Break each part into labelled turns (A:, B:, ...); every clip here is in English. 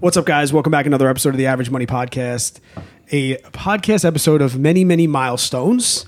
A: What's up, guys? Welcome back to another episode of the Average Money Podcast, a podcast episode of many, many milestones.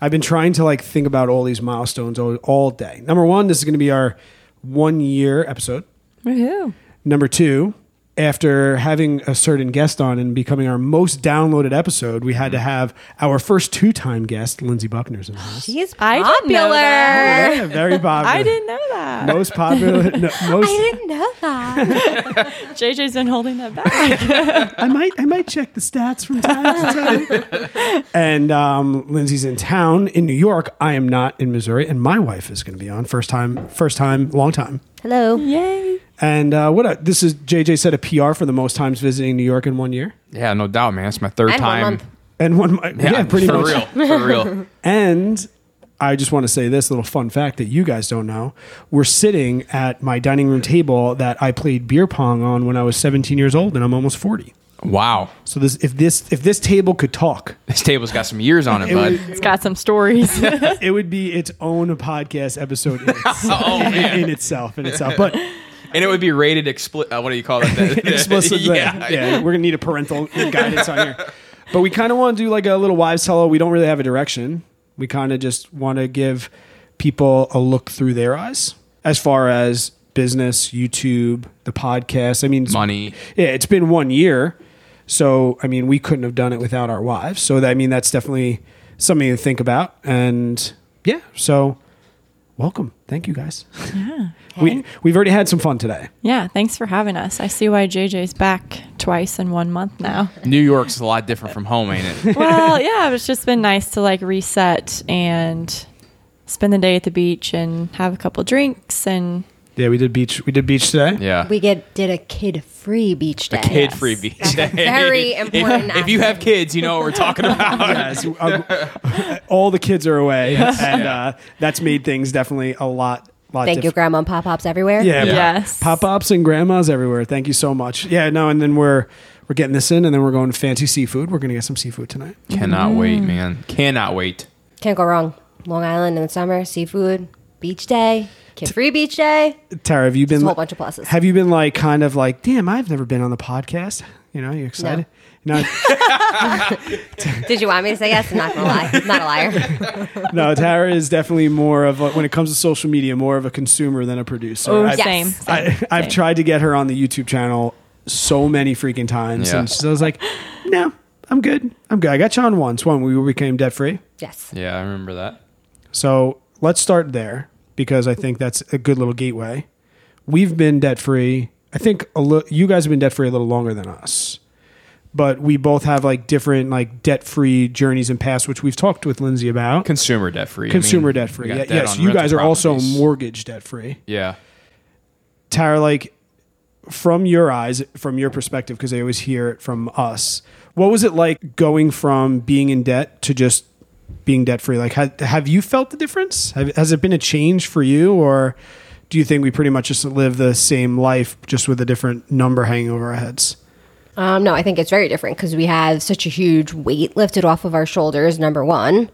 A: I've been trying to like think about all these milestones all, all day. Number one, this is going to be our one year episode.
B: Woohoo.
A: Number two, after having a certain guest on and becoming our most downloaded episode, we had
B: Mm.
A: to have our first two time guest, Lindsay Buckner's in the house.
C: She's
B: I
C: popular.
B: didn't know that.
A: Yeah, very popular.
B: I didn't know that.
A: Most popular. No, most.
C: I didn't know that.
B: JJ's been holding that back.
A: I might I might check the stats from time to time. and um, Lindsay's in town in New York. I am not in Missouri, and my wife is going to be on first time, first time, long time.
C: Hello.
B: Yay.
A: And uh, what a, this is JJ said a PR for the most times visiting New York in one year
D: Yeah, no doubt, man. It's my third
C: And one
D: time.
C: month.
A: and one mi- yeah, pretty
D: for
A: much
D: real, for real.
A: And I just want to say this little fun fact that you guys don't know. We're sitting at my dining room table that I played beer pong on when I was 17 years old, and I'm almost 40.
D: Wow,
A: So this if this if this table could talk,
D: this table's got some years on it, bud.
B: It's got some stories.
A: it would be its own podcast episode in, its-
D: Oh,
A: in-
D: man.
A: in itself in itself but
D: And it would be rated explicit. Uh, what do you call it? The- the-
A: explicitly yeah.
D: yeah,
A: we're gonna need a parental guidance on here but we kind of want to do like a little wives hello we don't really have a direction we kind of just want to give people a look through their eyes as far as business youtube the podcast i mean it's-
D: Money.
A: yeah it's been one year so i mean we couldn't have done it without our wives so that, i mean that's definitely something to think about and yeah so welcome thank you guys we we've already had some fun today.
B: yeah, thanks for having us. I see why JJ's back twice in one month now.
D: New York's a lot different from home, ain't it?
B: Well, yeah, it's just been nice to like reset and spend the day at the beach and have a couple drinks and
A: Yeah, we did beach. We did beach today.
D: Yeah.
C: We get did a kid free beach day.
D: a kid free beach.
C: That's a very important
D: If, if you have kids, you know what we're talking about.
A: Yes, uh, all the kids are away, and uh, that's made things definitely a lot. lot
C: Thank you,
A: diff-
C: Grandma and Pop Pops everywhere.
A: Yeah,
D: Yeah.
B: yes.
A: pop ups and grandmas everywhere. Thank you so much. Yeah, no, and then we're we're getting this in, and then we're going to fancy seafood. We're gonna get some seafood tonight.
D: Cannot wait, man. Cannot wait.
C: Can't go wrong. Long Island in the summer, seafood, beach day, kid free beach day.
A: Tara, have you been
C: a whole bunch of pluses.
A: Have you been like kind of like, damn, I've never been on the podcast. You know, you excited? No,
C: Did you want me to say yes? I'm not gonna lie. I'm not a liar.
A: no, Tara is definitely more of a, when it comes to social media, more of a consumer than a producer.
B: Oh,
A: I've-
B: same.
C: Yes.
B: same.
A: I, I've tried to get her on the YouTube channel so many freaking times,
D: Yeah.
A: and so I was like, "No, I'm good. I'm good. I got you on once when we became debt free.
C: Yes.
D: Yeah, I remember that.
A: So let's start there because I think that's a good little gateway. We've been debt free. I think a li- you guys have been debt free a little longer than us, but we both have like different like debt free journeys in past, which we've talked with Lindsay about.
D: Consumer debt free.
A: Consumer debt free. yes, you guys are also mortgage debt free.
D: Yeah.
A: Tara, like from your eyes, from your perspective, because I always hear it from us. What was it like going from being in debt to just being debt free? Like, ha- have you felt the difference? Have, has it been a change for you, or do you think we pretty much just live the same life, just with a different number hanging over our heads?
C: Um, no, I think it's very different because we have such a huge weight lifted off of our shoulders, number one.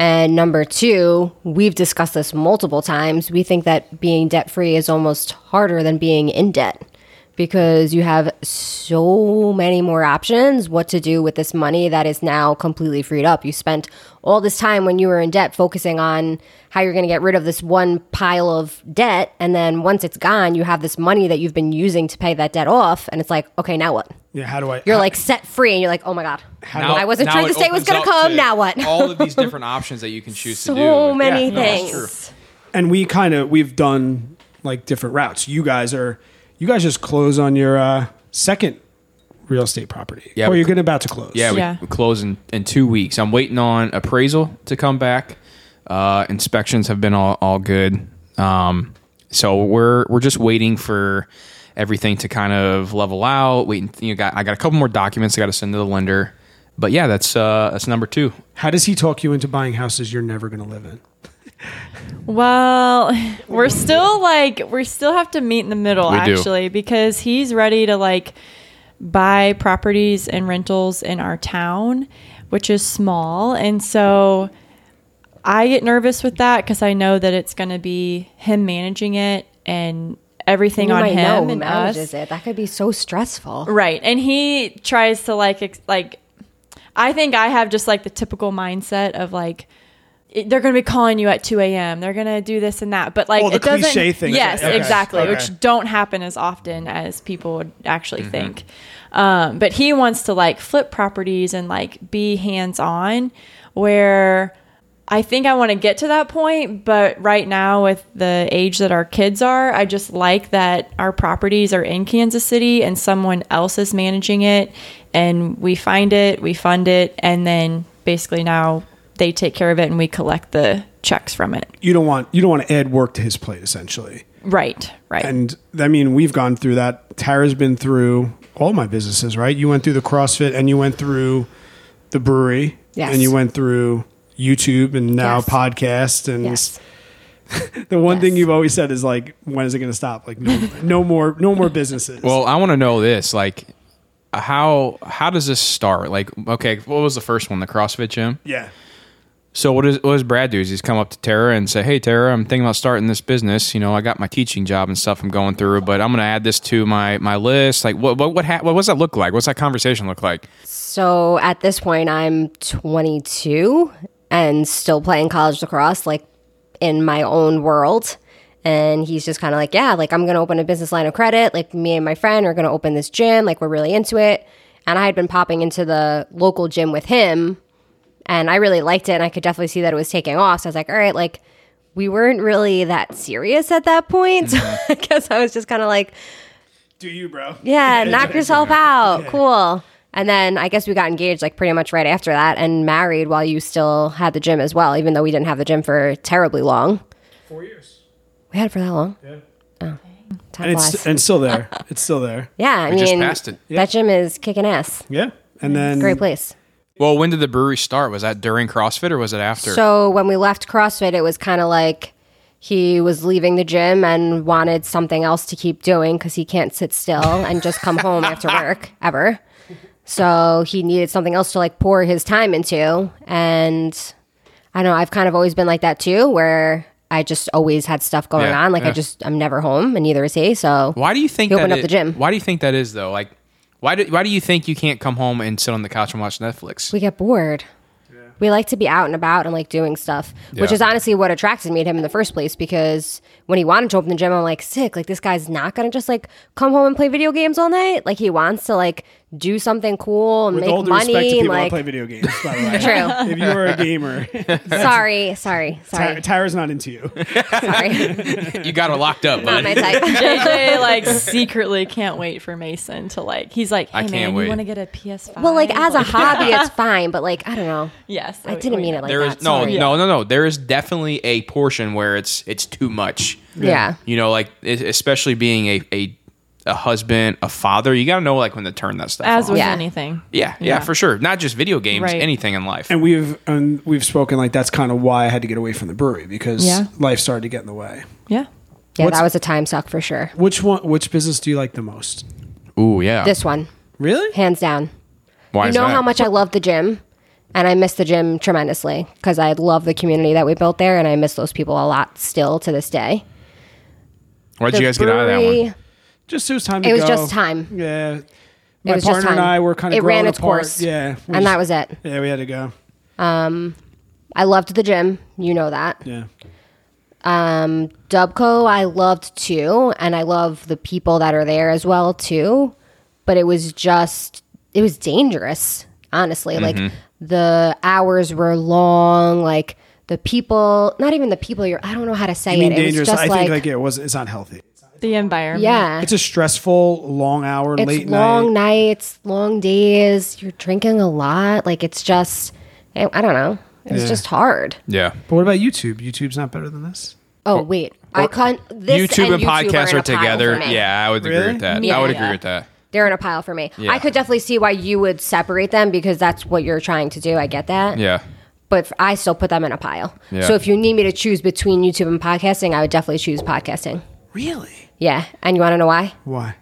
C: And number two, we've discussed this multiple times. We think that being debt free is almost harder than being in debt because you have so many more options what to do with this money that is now completely freed up. You spent all this time when you were in debt focusing on how you're going to get rid of this one pile of debt. And then once it's gone, you have this money that you've been using to pay that debt off. And it's like, okay, now what?
A: Yeah, how do I?
C: You're
A: how-
C: like set free, and you're like, oh my god,
D: Now-
C: I wasn't
D: now
C: trying to say it was
D: opens
C: gonna
D: up
C: come. now what?
D: all of these different options that you can choose to do.
C: so many
D: Yeah, no, that's true.
C: things.
A: and we kind of we've done like different routes. You guys are, you guys just close on your uh, second real estate property,
D: Yeah,
A: or
D: we-
A: you're getting about to close.
D: Yeah, we,
B: Yeah.
D: we close in, in two weeks. I'm waiting on appraisal to come back. Uh, inspections have been all, all good. Um, so we're we're just waiting for everything to kind of level out. Waiting, you know, got I got a couple more documents I got to send to the lender. But yeah, that's uh, that's number two.
A: How does he talk you into buying houses you're never going to live in?
B: Well, we're still like we still have to meet in the middle
D: We do.
B: actually because he's ready to like buy properties and rentals in our town, which is small, and so I get nervous with that because I know that it's going to be him managing it and everything
C: You
B: on
C: might know
B: him
C: who
B: and us.
C: manages it. That could be so stressful.
B: Right. And he tries to like ex- like I think I have just like the typical mindset of like it- they're going to be calling you at 2 a.m. They're going to do this and that. But like
A: Oh, the
B: it doesn't
A: cliche thing.
B: Yes,
A: Okay.
B: exactly,
A: Okay.
B: which don't happen as often as people would actually think. Um, but he wants to like flip properties and like be hands-on where I think I want to get to that point, but right now with the age that our kids are, I just like that our properties are in Kansas City and someone else is managing it and we find it, we fund it, and then basically now they take care of it and we collect the checks from it.
A: You don't want you don't want to add work to his plate essentially.
B: Right, right.
A: And I mean, we've gone through that. Tara's been through all my businesses, right? You went through the CrossFit and you went through the brewery.
C: Yes.
A: And you went through YouTube and now
C: Yes.
A: podcast and
C: Yes.
A: the one thing
C: Yes.
A: you've always said is like when is it going to stop? Like no, no more no more businesses.
D: Well, I want to know this. Like, how how does this start? Like, okay, what was the first one? The CrossFit gym.
A: yeah.
D: So what is what does Brad do? Is he's come up to Tara and say, "Hey, Tara, I'm thinking about starting this business. You know, I got my teaching job and stuff I'm going through, but I'm going to add this to my my list. Like, what what what ha- what does that look like? What's that conversation look like?
C: So at this point, I'm 22 and still playing college lacrosse, like in my own world. And he's just kind of like, yeah, like I'm going to open a business line of credit. Like me and my friend are going to open this gym. Like we're really into it. And I had been popping into the local gym with him and I really liked it. And I could definitely see that it was taking off. So I was like, all right, like we weren't really that serious at that point. So I guess I was just kind of like,
A: Do you, bro?
C: yeah, knock yourself out. Cool. And then I guess we got engaged like pretty much right after that and married while you still had the gym as well, even though we didn't have the gym for terribly long.
A: Four years.
C: We had it for that long. Yeah. Oh.
A: And
C: Time
A: it's
C: flies.
A: and still there. It's still there.
C: Yeah, I
D: We
C: mean,
D: just passed it.
C: that gym is kicking ass.
A: Yeah. And then
C: Great place.
D: Well, when did the brewery start? Was that during CrossFit or was it after?
C: So when we left CrossFit, it was kind of like he was leaving the gym and wanted something else to keep doing because he can't sit still and just come home after work ever. So he needed something else to like pour his time into. And I don't know, I've kind of always been like that too, where I just always had stuff going
D: Yeah,
C: on. Like
D: yeah.
C: I just, I'm never home and neither is he. So
D: why do you think
C: He
D: that
C: opened up
D: it-
C: the gym.
D: Why do you think that is though? Like, why do why do you think you can't come home and sit on the couch and watch Netflix?
C: we get bored. We like to be out and about and like doing stuff, which
D: Yeah.
C: is honestly what attracted me to him in the first place. Because when he wanted to open the gym, I'm like, sick. Like this guy's not gonna just like come home and play video games all night. Like he wants to like do something cool and
A: with
C: make
A: all due
C: money.
A: respect to people that
C: like
A: play video games, by the way.
C: True.
A: If you are a gamer,
C: sorry, sorry,
A: Ty-
C: sorry,
A: Tyra's not into you.
C: sorry.
D: you got her locked up,
C: not my
D: bud.
C: type.
B: JJ like secretly can't wait for Mason to like he's like, Hey
D: I can't
B: man,
D: wait."
B: you wanna get a PS5?
C: Well, like as a hobby, it's fine, but like I don't know.
B: Yes.
C: I didn't mean it like
D: There
C: that.
D: is no
C: sorry.
D: no no no. There is definitely a portion where it's it's too much.
C: Yeah.
D: You know, like es- especially being a a, a husband, a father, you gotta know like when to turn that stuff.
B: as
D: off.
B: with
C: Yeah.
B: anything.
D: yeah, yeah, for sure. Not just video games,
B: Right.
D: anything in life.
A: and we've and we've spoken like that's kind of why I had to get away from the brewery because
B: Yeah.
A: life started to get in the way.
B: Yeah.
C: Yeah,
A: What's-
C: that was a time suck for sure.
A: Which one? Which business do you like the most?
D: Ooh, yeah.
C: This one,
A: Really?
C: hands down.
D: Why
C: you
D: is
C: know
D: that?
C: how much I love the gym, and I miss the gym tremendously because I love the community that we built there, and I miss those people a lot still to this day.
D: Why'd
C: The
D: you guys get out of that
C: brewery-
D: one?
A: Just it was time.
C: It
A: to
C: was
A: go.
C: just time.
A: Yeah.
C: it
A: My
C: was just
A: partner
C: time.
A: and I were kind of
C: It
A: growing
C: ran its
A: apart.
C: course.
A: Yeah, we
C: and
A: just-
C: that was it.
A: yeah. We had to go.
C: I loved the gym. You know that.
A: Yeah,
C: Um, Dubco, I loved too, and I love the people that are there as well too. But it was just, it was dangerous, honestly.
D: Mm-hmm.
C: Like the hours were long. Like the people, not even the people. You're, I don't know how to say
A: I mean
C: it. It was
A: dangerous.
C: just
A: I
C: like,
A: think like it was. It's not healthy.
B: The environment.
C: yeah,
A: It's a stressful, long hour,
C: it's
A: late
C: long
A: night.
C: nights, long days. You're drinking a lot. Like it's just, I I don't know. It was
A: Yeah.
C: just hard.
D: Yeah.
A: But what about YouTube? YouTube's not better than this.
C: Oh wait, I can't. This
D: YouTube and,
C: YouTube
D: podcasts
C: in
D: are,
C: a pile
D: together.
C: for me.
D: Yeah, I would
A: Really?
D: agree with that.
B: Yeah.
D: I would
B: Yeah.
D: agree with that.
C: they're in a pile for me.
D: Yeah.
C: I could definitely see why you would separate them because that's what you're trying to do. I get that.
D: Yeah.
C: But f- I still put them in a pile.
D: Yeah.
C: So if you need me to choose between YouTube and podcasting, I would definitely choose podcasting.
A: Really?
C: Yeah. And you want to know why?
A: Why?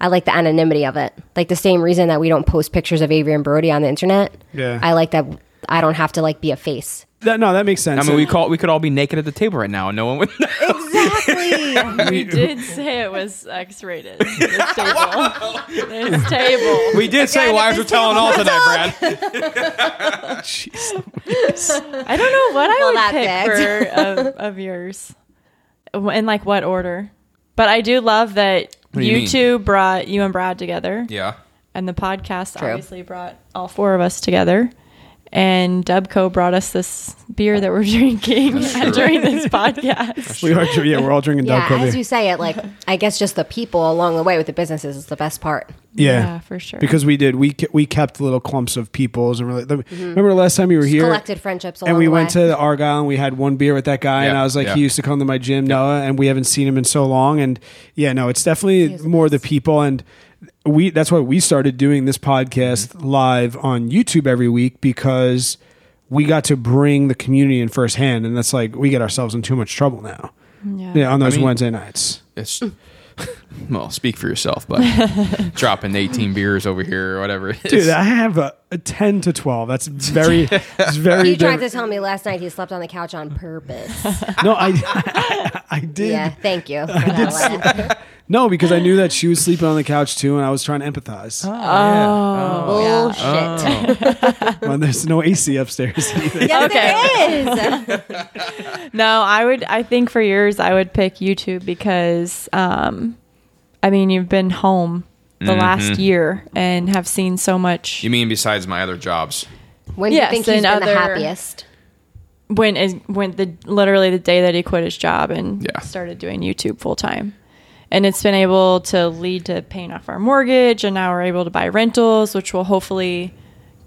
C: I like the anonymity of it. Like the same reason that we don't post pictures of Avery and Brody on the internet.
A: Yeah.
C: I like that I don't have to like be a face.
A: That, no, that makes sense.
D: I mean, we call we could all be naked at the table right now, and no one would.
C: Exactly.
B: We did say it was X-rated. This table. this table.
D: we did say
C: God,
D: wives were
C: this
D: telling all tonight, Brad.
B: I don't know what I
C: Well,
B: would
C: that
B: pick
C: begged.
B: for of, of yours, in like what order. But I do love that
D: What do
B: you,
D: you mean?
B: two brought you and Brad together,
D: Yeah,
B: and the podcast
C: True.
B: obviously brought all four of us together. And Dubco brought us this beer that we're drinking
D: That's true.
B: during this podcast.
A: we are, yeah, we're all drinking
C: yeah,
A: dark
C: as
A: beer.
C: you say it, like I guess just the people along the way with the businesses is the best part.
A: Yeah.
B: for sure.
A: Because we did, we ke- we kept little clumps of peoples, and we're like, remember the last time you were here,
C: Mm-hmm. Collected friendships along
A: and we
C: the
A: went
C: way.
A: to the Argyle and we had one beer with that guy, and
D: Yeah,
A: I was like,
D: yeah.
A: he used to come to my gym, Noah, and we haven't seen him in so long, and yeah, no, it's definitely
C: was the
A: more the people, and we that's why we started doing this podcast
D: Mm-hmm.
A: live on YouTube every week because we got to bring the community in firsthand, and that's like we get ourselves in too much trouble now.
C: Mm-hmm.
B: yeah.
A: Yeah, on those
D: mean-
A: Wednesday nights.
D: it's well, speak for yourself, but dropping eighteen beers over here or whatever. It is.
A: Dude, I have a, a ten to twelve. That's very, it's very.
C: You tried
A: different.
C: to tell me last night he slept on the couch on purpose.
A: No, I, I, did.
C: yeah, thank you. For that laugh.
A: No, because I knew that she was sleeping on the couch too, and I was trying to empathize.
D: Oh,
C: Bullshit.
A: When there's no AC upstairs.
C: Yes, it is.
B: No, I would. I think for yours, I would pick YouTube because, um, I mean, you've been home the last year and have seen so much.
D: Mm-hmm. You mean besides my other jobs?
C: When
B: Yes,
C: do you think he's
B: and
C: been
B: other-
C: the happiest?
B: When is when the literally the day that he quit his job and
D: Yeah.
B: started doing YouTube full time, and it's been able to lead to paying off our mortgage, and now we're able to buy rentals, which will hopefully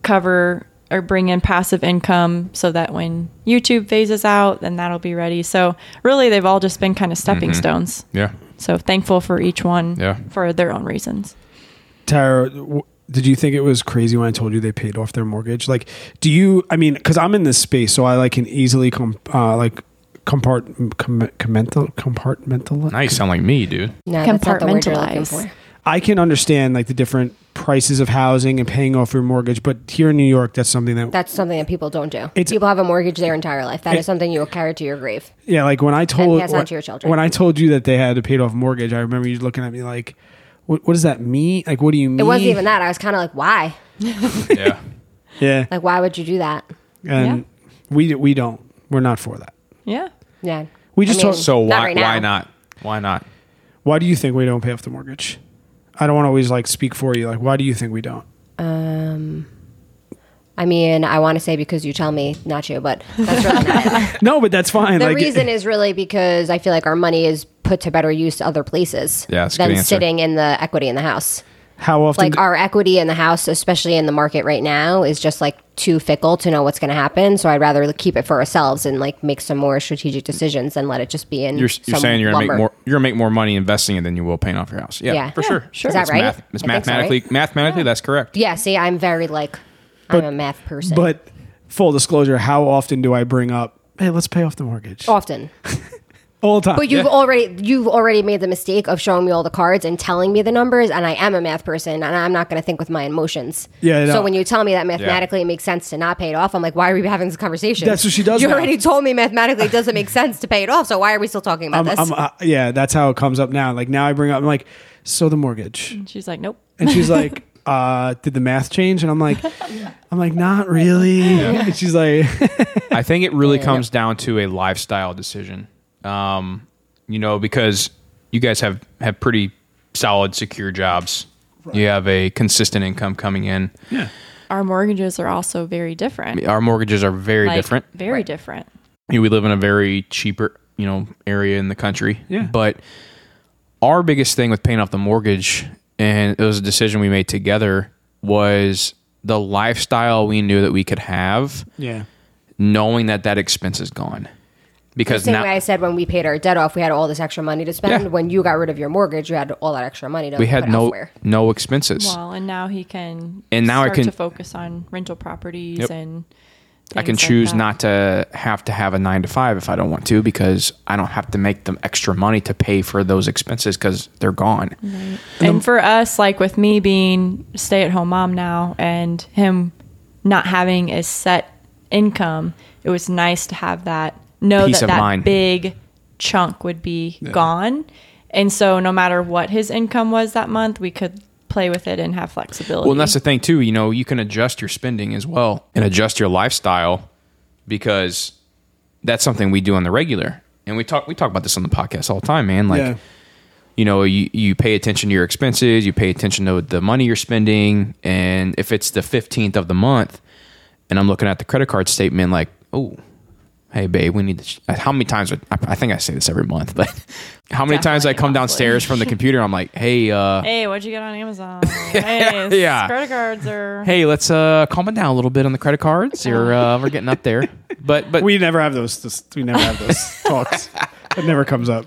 B: cover or bring in passive income so that when YouTube phases out, then that'll be ready. So really, they've all just been kind of stepping
D: Mm-hmm.
B: stones.
D: Yeah.
B: So thankful for each one
D: Yeah.
B: for their own reasons.
A: Tara, w- did you think it was crazy when I told you they paid off their mortgage? Like, do you? I mean, because I'm in this space, so I like can easily com- uh, like compart com- commental- compartmental.
D: Now you sound like me, dude.
C: No, that's not the word you're looking
B: Compartmentalize.
C: for.
A: I can understand like the different prices of housing and paying off your mortgage, but here in New York, that's something that
C: That's something that people don't do.
A: It's-
C: people have a mortgage their entire life. That is
A: It-
C: something you will carry to your grave.
A: Yeah, like when I told
C: pass on
A: when,
C: to your children.
A: when I told you that they had a paid off mortgage, I remember you looking at me like, "What? What does that mean? Like, what do you mean?"
C: It wasn't even that. I was kind of like, why?
D: Yeah.
A: Yeah,
C: Like, why would you do that?
A: and we we don't. We're not for that.
B: Yeah.
C: Yeah.
A: We just
C: I mean-
A: told.
D: so
C: Not
D: why
C: right now.
D: why not? Why not?
A: Why do you think we don't pay off the mortgage? I don't want to always like speak for you. Like, why do you think we don't?
C: Um, I mean, I want to say because you tell me, not you, but that's really not it.
A: No, but that's fine.
C: The
A: like,
C: reason is really because I feel like our money is put to better use other places
D: Yeah, that's a good
C: than
D: answer.
C: sitting in the equity in the house.
A: how often?
C: Like our equity in the house, especially in the market right now, is just like too fickle to know what's going to happen. So I'd rather keep it for ourselves and like make some more strategic decisions than let it just be in.
D: You're, you're
C: some
D: saying you're gonna
C: lumber.
D: make more you're gonna make more money investing it than you will paying off your house. Yeah,
C: Yeah.
D: for
C: Yeah,
D: sure.
B: sure. Is
C: that
D: It's
C: right?
D: math- it's
C: I think so,
D: mathematically mathematically that's correct.
C: Yeah. See, I'm very like
A: But-
C: I'm a math person.
A: but full disclosure, how often do I bring up? Hey, let's pay off the mortgage
C: often,
A: all the time.
C: but you've already you've already made the mistake of showing me all the cards and telling me the numbers, and I am a math person, and I'm not going to think with my emotions.
A: Yeah, no.
C: So when you tell me that mathematically it makes sense to not pay it off, I'm like, why are we having this conversation?
A: That's what she does
C: You
A: now.
C: already told me mathematically it doesn't make sense to pay it off, so why are we still talking about
A: I'm,
C: this?
A: I'm, uh, yeah, that's how it comes up now. Like now, I bring up. I'm like, so the mortgage.
B: And she's like, nope.
A: And she's like, uh, did the math change? And I'm like, I'm like, not really. And she's like,
D: I think it really comes down to a lifestyle decision. Um, you know, because you guys have have pretty solid, secure jobs. You have a consistent income coming in.
B: Our mortgages are also very different.
D: Our mortgages are very
B: Like,
D: different.
B: Very different.
D: You know, we live in a very cheaper, you know, area in the country.
A: Yeah.
D: But our biggest thing with paying off the mortgage, and it was a decision we made together, was the lifestyle we knew that we could have,
A: yeah,
D: knowing that that expense is gone. Because
C: Same
D: now
C: way I said when we paid our debt off, we had all this extra money to spend.
D: Yeah.
C: When you got rid of your mortgage, you had all that extra money to
D: we had
C: put
D: no
C: elsewhere.
D: no expenses.
B: Well, and now he can
D: And now I
B: start
D: can-
B: to focus on rental properties
D: Yep.
B: and
D: I can
B: things like
D: choose
B: that.
D: not to have to have a nine to five if I don't want to because I don't have to make the extra money to pay for those expenses because they're gone.
B: And for us, like with me being stay at home mom now and him not having a set income, it was nice to have that know
D: Peace
B: that
D: of
B: that
D: mind.
B: big chunk would be gone. And so no matter what his income was that month, we could play with it and have flexibility.
D: Well, and that's the thing too. You know, you can adjust your spending as well and adjust your lifestyle because that's something we do on the regular. And we talk we talk about this on the podcast all the time, man. Like,
A: yeah.
D: you know, you you pay attention to your expenses, you pay attention to the money you're spending, and if it's the fifteenth of the month, and I'm looking at the credit card statement, like, oh. Hey babe, we need to. Sh- how many times? would- I, I think I say this every month, but how many times I
B: Definitely
D: come
B: monthly.
D: downstairs from the computer? I'm like, hey, uh,
B: hey, what'd you get on Amazon? hey,
D: Yeah.
B: credit cards are
D: hey, let's uh, calm it down a little bit on the credit cards. You're uh, we're getting up there, but but
A: We never have those. This, we never have those talks. It never comes up.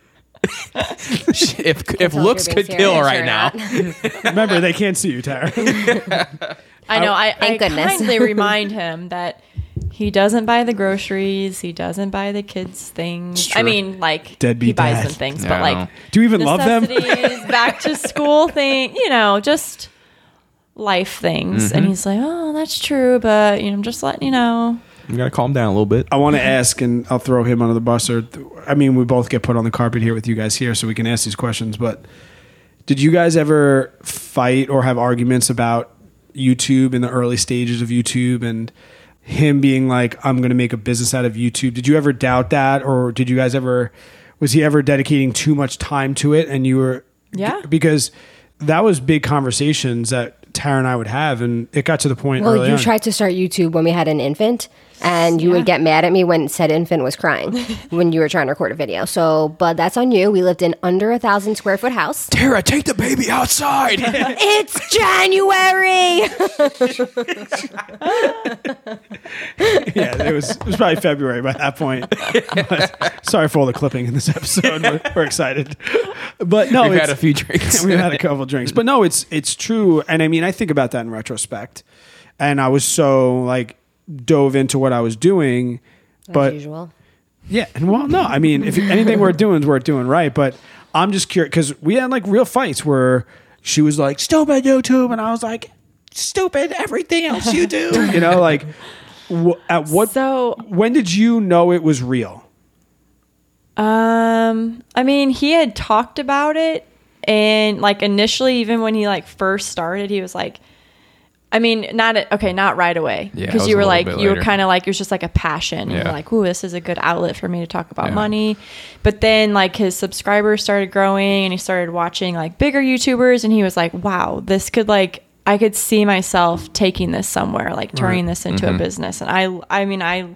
D: if if
C: tell if
D: looks
C: you're being
D: could kill
C: serious
D: right
C: or
D: now,
C: not.
A: Remember, they can't see you, Tara.
B: I know. I, I
C: Thank goodness.
B: kindly remind him that he doesn't buy the groceries. He doesn't buy the kids' things. I
D: true.
B: mean, like
A: Deadbeat
B: he buys
A: dad.
B: them things,
D: Yeah,
B: but
D: I
B: like
D: know.
A: Do you even love them?
B: necessities, back to school thing. You know, just life things.
D: Mm-hmm.
B: And he's like, "Oh, that's true, but you know, I'm just letting you know."
D: you gotta calm down a little bit.
A: I want to
C: Mm-hmm.
A: ask, and I'll throw him under the bus. Or, th- I mean, we both get put on the carpet here with you guys here, so we can ask these questions. But did you guys ever fight or have arguments about YouTube in the early stages of YouTube and him being like, "I'm going to make a business out of YouTube"? Did you ever doubt that, or did you guys ever? Was he ever dedicating too much time to it, and you were?
B: Yeah.
A: because that was big conversations that Tara and I would have, and it got to the point.
C: Well,
A: early
C: you
A: on.
C: tried to start YouTube when we had an infant, and you
B: Yeah.
C: would get mad at me when said infant was crying when you were trying to record a video. So, but that's on you. We lived in under a thousand square foot house.
D: Tara, take the baby outside.
C: it's January.
A: yeah, it was it was probably February by that point. But sorry for all the clipping in this episode. We're, we're excited, but no,
D: We've
A: it's,
D: had a few drinks.
A: we've had a couple drinks, but no, it's it's true. And I mean, I think about that in retrospect, and I was so like dove into what I was doing, but
C: As usual.
A: yeah, and well, no, I mean, if anything we're doing is we're doing right, but I'm just curious because we had like real fights where she was like stupid YouTube, and I was like stupid everything else you do, you know, like. wh- At what
B: So
A: when did you know it was real?
B: Um, I mean, he had talked about it, and like initially, even when he like first started, he was like, I mean, not at, okay, not right away,
D: Yeah, it
B: because
D: was
B: you
D: a
B: were
D: little
B: like,
D: bit
B: you were
D: later.
B: kind of like, it was just like a passion, and
D: Yeah.
B: you're like, ooh, this is a good outlet for me to talk about
D: Yeah.
B: money. But then like his subscribers started growing, and he started watching like bigger YouTubers, and he was like, wow, this could like. I could see myself taking this somewhere, like turning this into
D: Mm-hmm.
B: a business. And I, I mean, I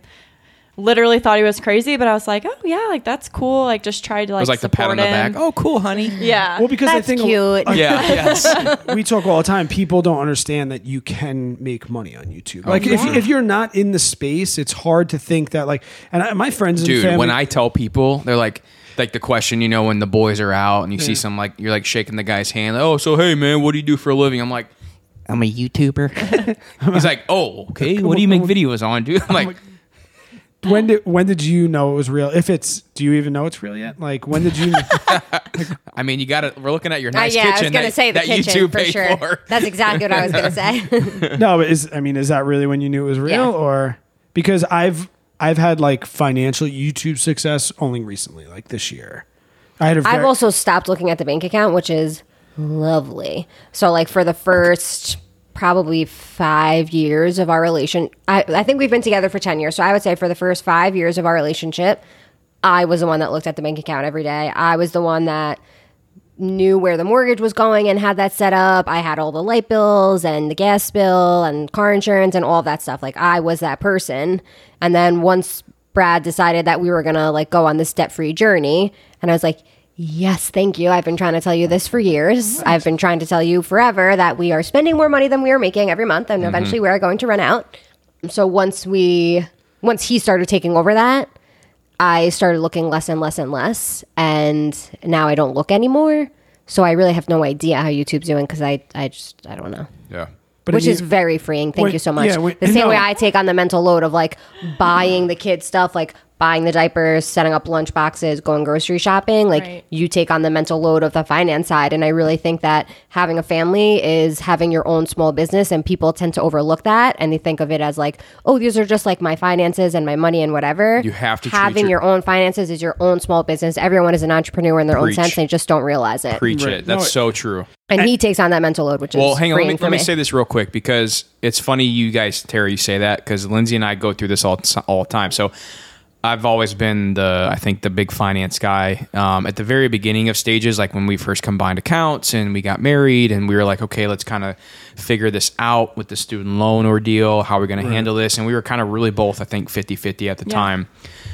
B: literally thought he was crazy, but I was like, oh yeah, like that's cool. Like just tried to like
D: it was like the pat on
B: support
D: the back.
B: him.
D: Oh, cool, honey.
B: yeah.
A: Well, because I
C: Uh, That's
A: think
C: cute.
A: uh,
D: Yeah. yes.
A: we talk all the time. People don't understand that you can make money on YouTube.
D: Oh,
A: Like if, if you're not in the space, it's hard to think that. Like, and I, my friends, and
D: Dude,
A: family,
D: when I tell people, they're like, like the question, you know, when the boys are out and you see some like you're like shaking the guy's hand. Oh, so hey man, what do you do for a living? I'm like, I'm a YouTuber. He's like, oh, okay. What do you make videos on, dude? I'm like,
A: when did when did you know it was real? If it's, do you even know it's real yet? Like, when did you?
D: I mean, you got to. We're looking at your
C: Uh,
D: nice
C: yeah,
D: kitchen.
C: I was going to
D: that-
C: say the
D: that
C: kitchen
D: YouTube
C: for
D: paid
C: sure.
D: for.
C: That's exactly what I was going to say.
A: no, but is I mean, is that really when you knew it was real,
C: Yeah.
A: or because I've I've had like financial YouTube success only recently, like this year. I had a very,
C: I've also stopped looking at the bank account, which is lovely. So, like for the first probably five years of our relation, I, I think we've been together for ten years. So I would say for the first five years of our relationship, I was the one that looked at the bank account every day. I was the one that knew where the mortgage was going and had that set up. I had all the light bills and the gas bill and car insurance and all that stuff. Like I was that person. And then once Brad decided that we were gonna like go on this debt free journey, and I was like, Yes, thank you. I've been trying to tell you this for years. I've been trying to tell you forever that we are spending more money than we are making every month and eventually we are going to run out. So once we once he started taking over that, I started looking less and less and less, and now I don't look anymore. So I really have no idea how YouTube's doing because I, I just I don't know.
D: Yeah.
A: but
C: Which
A: I mean-
C: is very freeing. Thank
A: when-
C: you so much.
A: yeah, when-
C: the same
A: no.
C: way I take on the mental load of like buying the kids stuff, like buying the diapers, setting up lunch boxes, going grocery shopping. Like
B: Right.
C: you take on the mental load of the finance side. And I really think that having a family is having your own small business, and people tend to overlook that and they think of it as like, oh, these are just like my finances and my money and whatever.
D: You have to treat
C: having
D: your-
C: your, own finances is your own small business. Everyone is an entrepreneur in their
D: Preach.
C: own sense. They just don't realize it.
D: Preach
A: Right.
D: it. That's
A: No,
D: so true.
C: And he takes on that mental load, which
D: Well,
C: is
D: hang on. Let me,
C: freeing for
D: let me say this real quick because it's funny you guys, Terry, you say that because Lindsay and I go through this all t- all the time. So I've always been the, I think, the big finance guy. Um, at the very beginning of stages, like when we first combined accounts and we got married, and we were like, okay, let's kind of figure this out with the student loan ordeal. How are we going to handle this? And we were kind of really both, I think, 50 50 at the
B: Yeah.
D: time.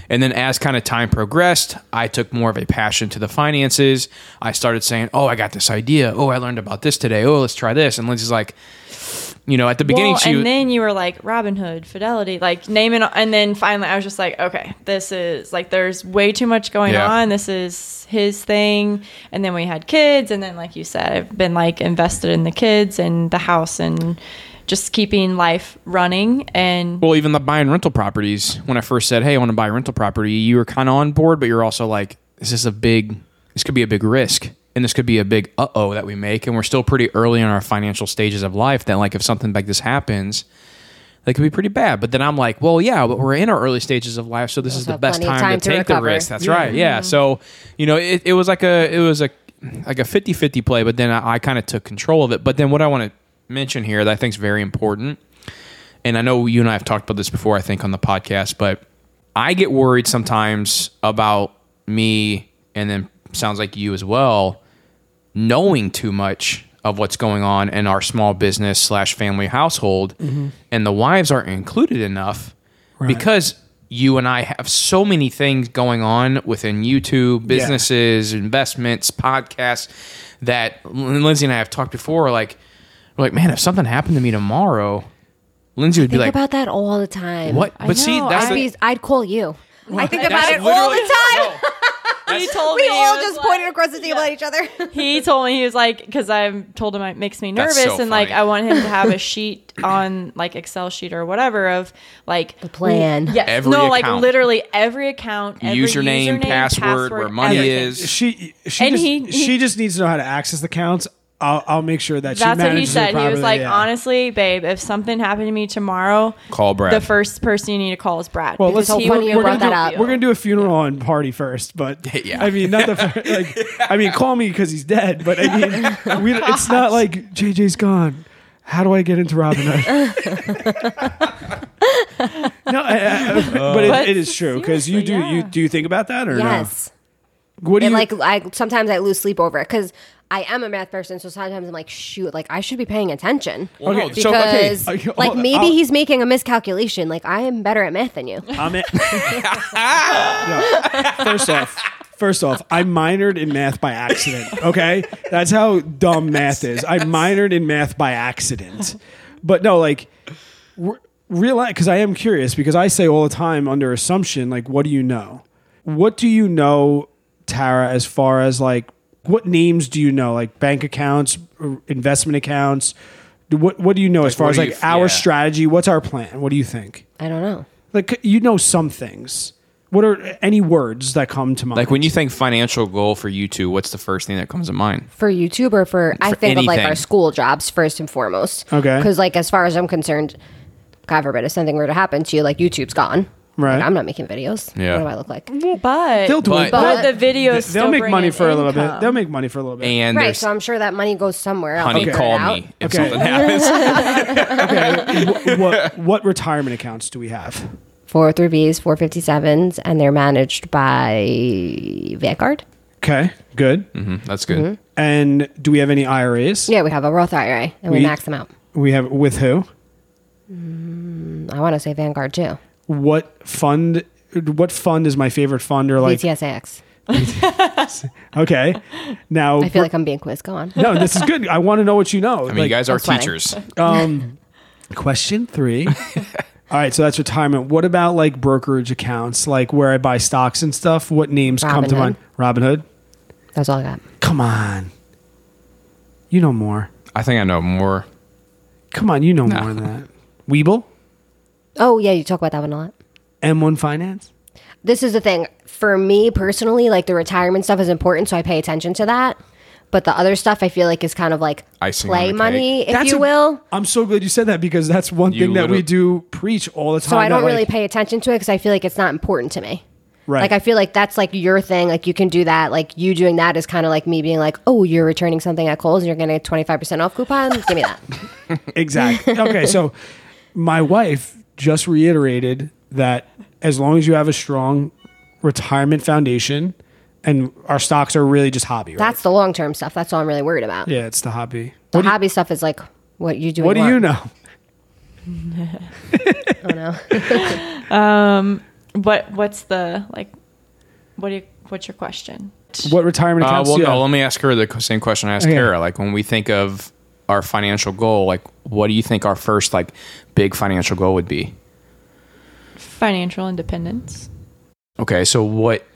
D: And then as kind of time progressed, I took more of a passion to the finances. I started saying, "Oh, I got this idea. Oh, I learned about this today. Oh, let's try this." And Lindsay's like, you know, at the beginning
B: Well,
D: she
B: and then you were like Robin Hood, Fidelity, like naming, and then finally I was just like, okay, this is like there's way too much going
D: Yeah.
B: on. This is his thing, and then we had kids, and then like you said, I've been like invested in the kids and the house and just keeping life running. And
D: well, even the buying rental properties. When I first said, "Hey, I want to buy a rental property," you were kind of on board, but you're also like, "This is a big. This could be a big risk." And this could be a big uh oh that we make, and we're still pretty early in our financial stages of life. That like if something like this happens, that could be pretty bad. But then I'm like, well, yeah, but we're in our early stages of life, so this is the
C: have
D: best
C: plenty
D: time,
C: of time
D: to,
C: to
D: take
C: recover.
D: the risk. That's right. Yeah. So, you know, it, it was like a it was a like a 50-50 play, but then I, I kind of took control of it. But then what I want to mention here that I think is very important, and I know you and I have talked about this before, I think, on the podcast, but I get worried sometimes about me and then sounds like you as well knowing too much of what's going on in our small business slash family household and the wives aren't included enough because you and i have so many things going on within youtube businesses investments podcasts that Lin- lindsay and i have talked before like we're like man if something happened to me tomorrow lindsay would be
C: Think
D: like
C: about that all the time.
D: what but see
B: know,
D: that's
C: I'd,
D: the,
C: be, I'd call you. I think
D: that's
C: about it all the
D: literally-
C: time.
D: No.
B: he told
C: We
B: me he
C: all
B: was
C: just
B: like-
C: pointed across the table at each other.
B: he told me he was like because I told him it makes me
D: That's
B: nervous
D: so
B: and like
D: funny.
B: I want him to have a sheet on like Excel sheet or whatever of like the
C: plan.
B: Yes,
D: Every
B: no,
D: account.
B: like literally every account, every
D: Username, password, where money
B: everything.
D: is.
A: She she
B: And
A: just,
B: he-
A: she just needs to know how to access the accounts. I'll, I'll make sure that she
B: That's what he
A: manages it
B: said. He was
A: properly,
B: like,
A: yeah.
B: honestly, babe, if something happened to me tomorrow,
D: Call Brad.
B: The first person you need to call is Brad.
A: Well,
B: because
A: let's-
B: he
C: we're-
B: will be
C: we're
B: able
C: gonna
B: to
C: do-
B: help you.
A: We're gonna do a funeral and party first, but
D: Yeah.
A: I mean, not the fir- like. I mean, call me because he's dead, but I mean, we, it's not like JJ's gone. How do I get into Robin Hood? no, I, I- but it,
B: But
A: it is true because you do
B: seriously,
A: you
B: yeah.
A: do you think about that or
C: Yes.
A: no? What do
C: and
A: you
C: like I sometimes I lose sleep over it because I am a math person, so sometimes I'm like, shoot, like I should be paying attention.
D: no,
A: Okay, so, okay,
C: Because
A: okay,
C: like
A: hold-
C: maybe
A: I'll-
C: he's making a miscalculation. Like I am better at math than you.
A: I'm it. No. First off, first off, I minored in math by accident. Okay, that's how dumb math is. I minored in math by accident, but no, like re- realize because I am curious because I say all the time under assumption, like, what do you know? What do you know, Tara? As far as like, what names do you know? Like bank accounts, or investment accounts. What what do you know as far
D: what
A: as
D: do
A: like
D: you-
A: our
D: yeah.
A: strategy? What's our plan? What do you think?
C: I don't know.
A: Like you know some things. What are any words that come to mind?
D: Like when you think financial goal for you two, what's the first thing that comes to mind?
C: For YouTube or for, I
D: For
C: think of like
D: anything.
C: our school jobs first and foremost.
A: Okay.
C: Because like as far as I'm concerned, God forbid if something were to happen to you, like YouTube's gone.
A: Right.
C: Like, I'm not making videos.
D: Yeah.
C: What do I look like?
B: but
A: they'll do
D: But-
A: it.
B: but the videos
A: They'll
B: still
A: make
B: bring
A: money
B: in
A: for a little bit.
B: income.
A: They'll make money for a little bit.
D: And
C: Right.
D: there's
C: So I'm sure that money goes somewhere. I'll
D: honey,
C: figure it
D: call
C: out.
D: me if
A: Okay.
D: something happens.
A: Wh- what what retirement accounts do we have?
C: Four through Bs, four fifty sevens, and they're managed by Vanguard.
A: Okay, good.
D: Mhm, That's good.
A: And do we have any IRAs?
C: Yeah, we have a Roth IRA and we,
A: We-
C: max them out.
A: We have with who?
C: I want to say Vanguard too.
A: What fund? What fund is my favorite fund? Or like
C: VTSAX.
A: okay, now
C: I feel like I'm being quizzed. Go on.
A: no, this is good. I want to know what you know.
D: I mean, you guys are
C: I'm sweating.
D: teachers.
A: Um, question three. All right, so that's retirement. What about like brokerage accounts, like where I buy stocks and stuff? What names come to
C: Robinhood.
A: mind? Robinhood.
C: That's all I got.
A: Come on, you know more.
D: I think I know more.
A: Come on, you know
D: No.
A: more than that. Weeble,
C: Oh yeah, you talk about that one a lot.
A: M1 Finance.
C: This is the thing for me personally. Like the retirement stuff is important, so I pay attention to that. But the other stuff I feel like is kind of like
D: Icing on
C: play
D: the cake.
C: money, if
A: That's
C: you
A: a-
C: will.
A: I'm so glad you said that because that's one
D: You
A: thing that we
D: literally-
A: do preach all the time.
D: Oh,
C: So I don't
A: that, like,
C: really pay attention to it because I feel like it's not important to me.
A: Right.
C: Like I feel like that's like your thing. Like you can do that. Like you doing that is kind of like me being like, oh, you're returning something at Kohl's and you're getting a 25% off coupon. Give me that.
A: Exactly. Okay, so my wife just reiterated that as long as you have a strong retirement foundation, and our stocks are really just hobby, right?
C: That's the long term stuff. That's all I'm really worried about.
A: yeah, it's the hobby.
C: The hobby stuff is like what you do.
A: What do you know?
C: I don't know.
B: What what's the like? What do you, what's your question?
A: What retirement
D: Uh,
A: accounts?
D: well,
A: do you
D: no.
A: have?
D: Let me ask her the co- same question I asked
A: Okay.
D: Kara. Like when we think of our financial goal, like what do you think our first like big financial goal would be?
B: Financial independence.
D: Okay, so what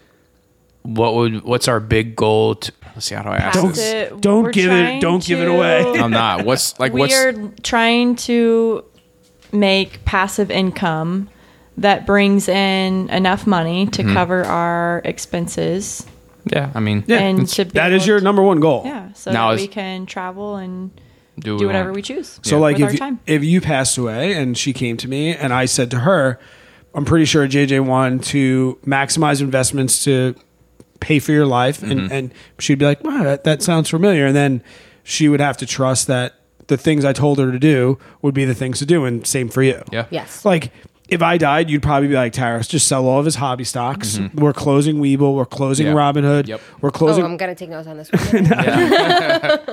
D: what would what's our big goal? To, let's see. How do I ask
A: Don't-
D: this?
B: That's
A: don't
B: We're
A: give it-
B: trying
A: don't give it away.
B: to-
D: I'm not. What's like
B: we
D: what's
B: are trying to make passive income that brings in enough money to
D: Mm-hmm.
B: cover our expenses
D: yeah? I mean,
B: and to be
A: that
B: able
A: is your
B: to-
A: number one goal.
B: yeah so
D: Now
B: that
D: is-
B: we can travel and
D: do,
B: do whatever
D: want.
B: we choose
A: So
B: with
A: like
B: our
A: if you,
B: time.
A: if you passed away and she came to me and I said to her, I'm pretty sure JJ wanted to maximize investments to pay for your life
D: Mm-hmm.
A: and, and she'd be like, wow, that, that sounds familiar. And then she would have to trust that the things I told her to do would be the things to do. And same for you.
D: Yeah.
C: Yes.
A: Like if I died, you'd probably be like, Tyrus, just sell all of his hobby stocks. We're closing Weeble. We're closing
D: Mm-hmm. Yeah.
A: Robinhood.
D: Yep.
A: We're
C: Oh,
A: closing
C: I'm gonna take notes on this one.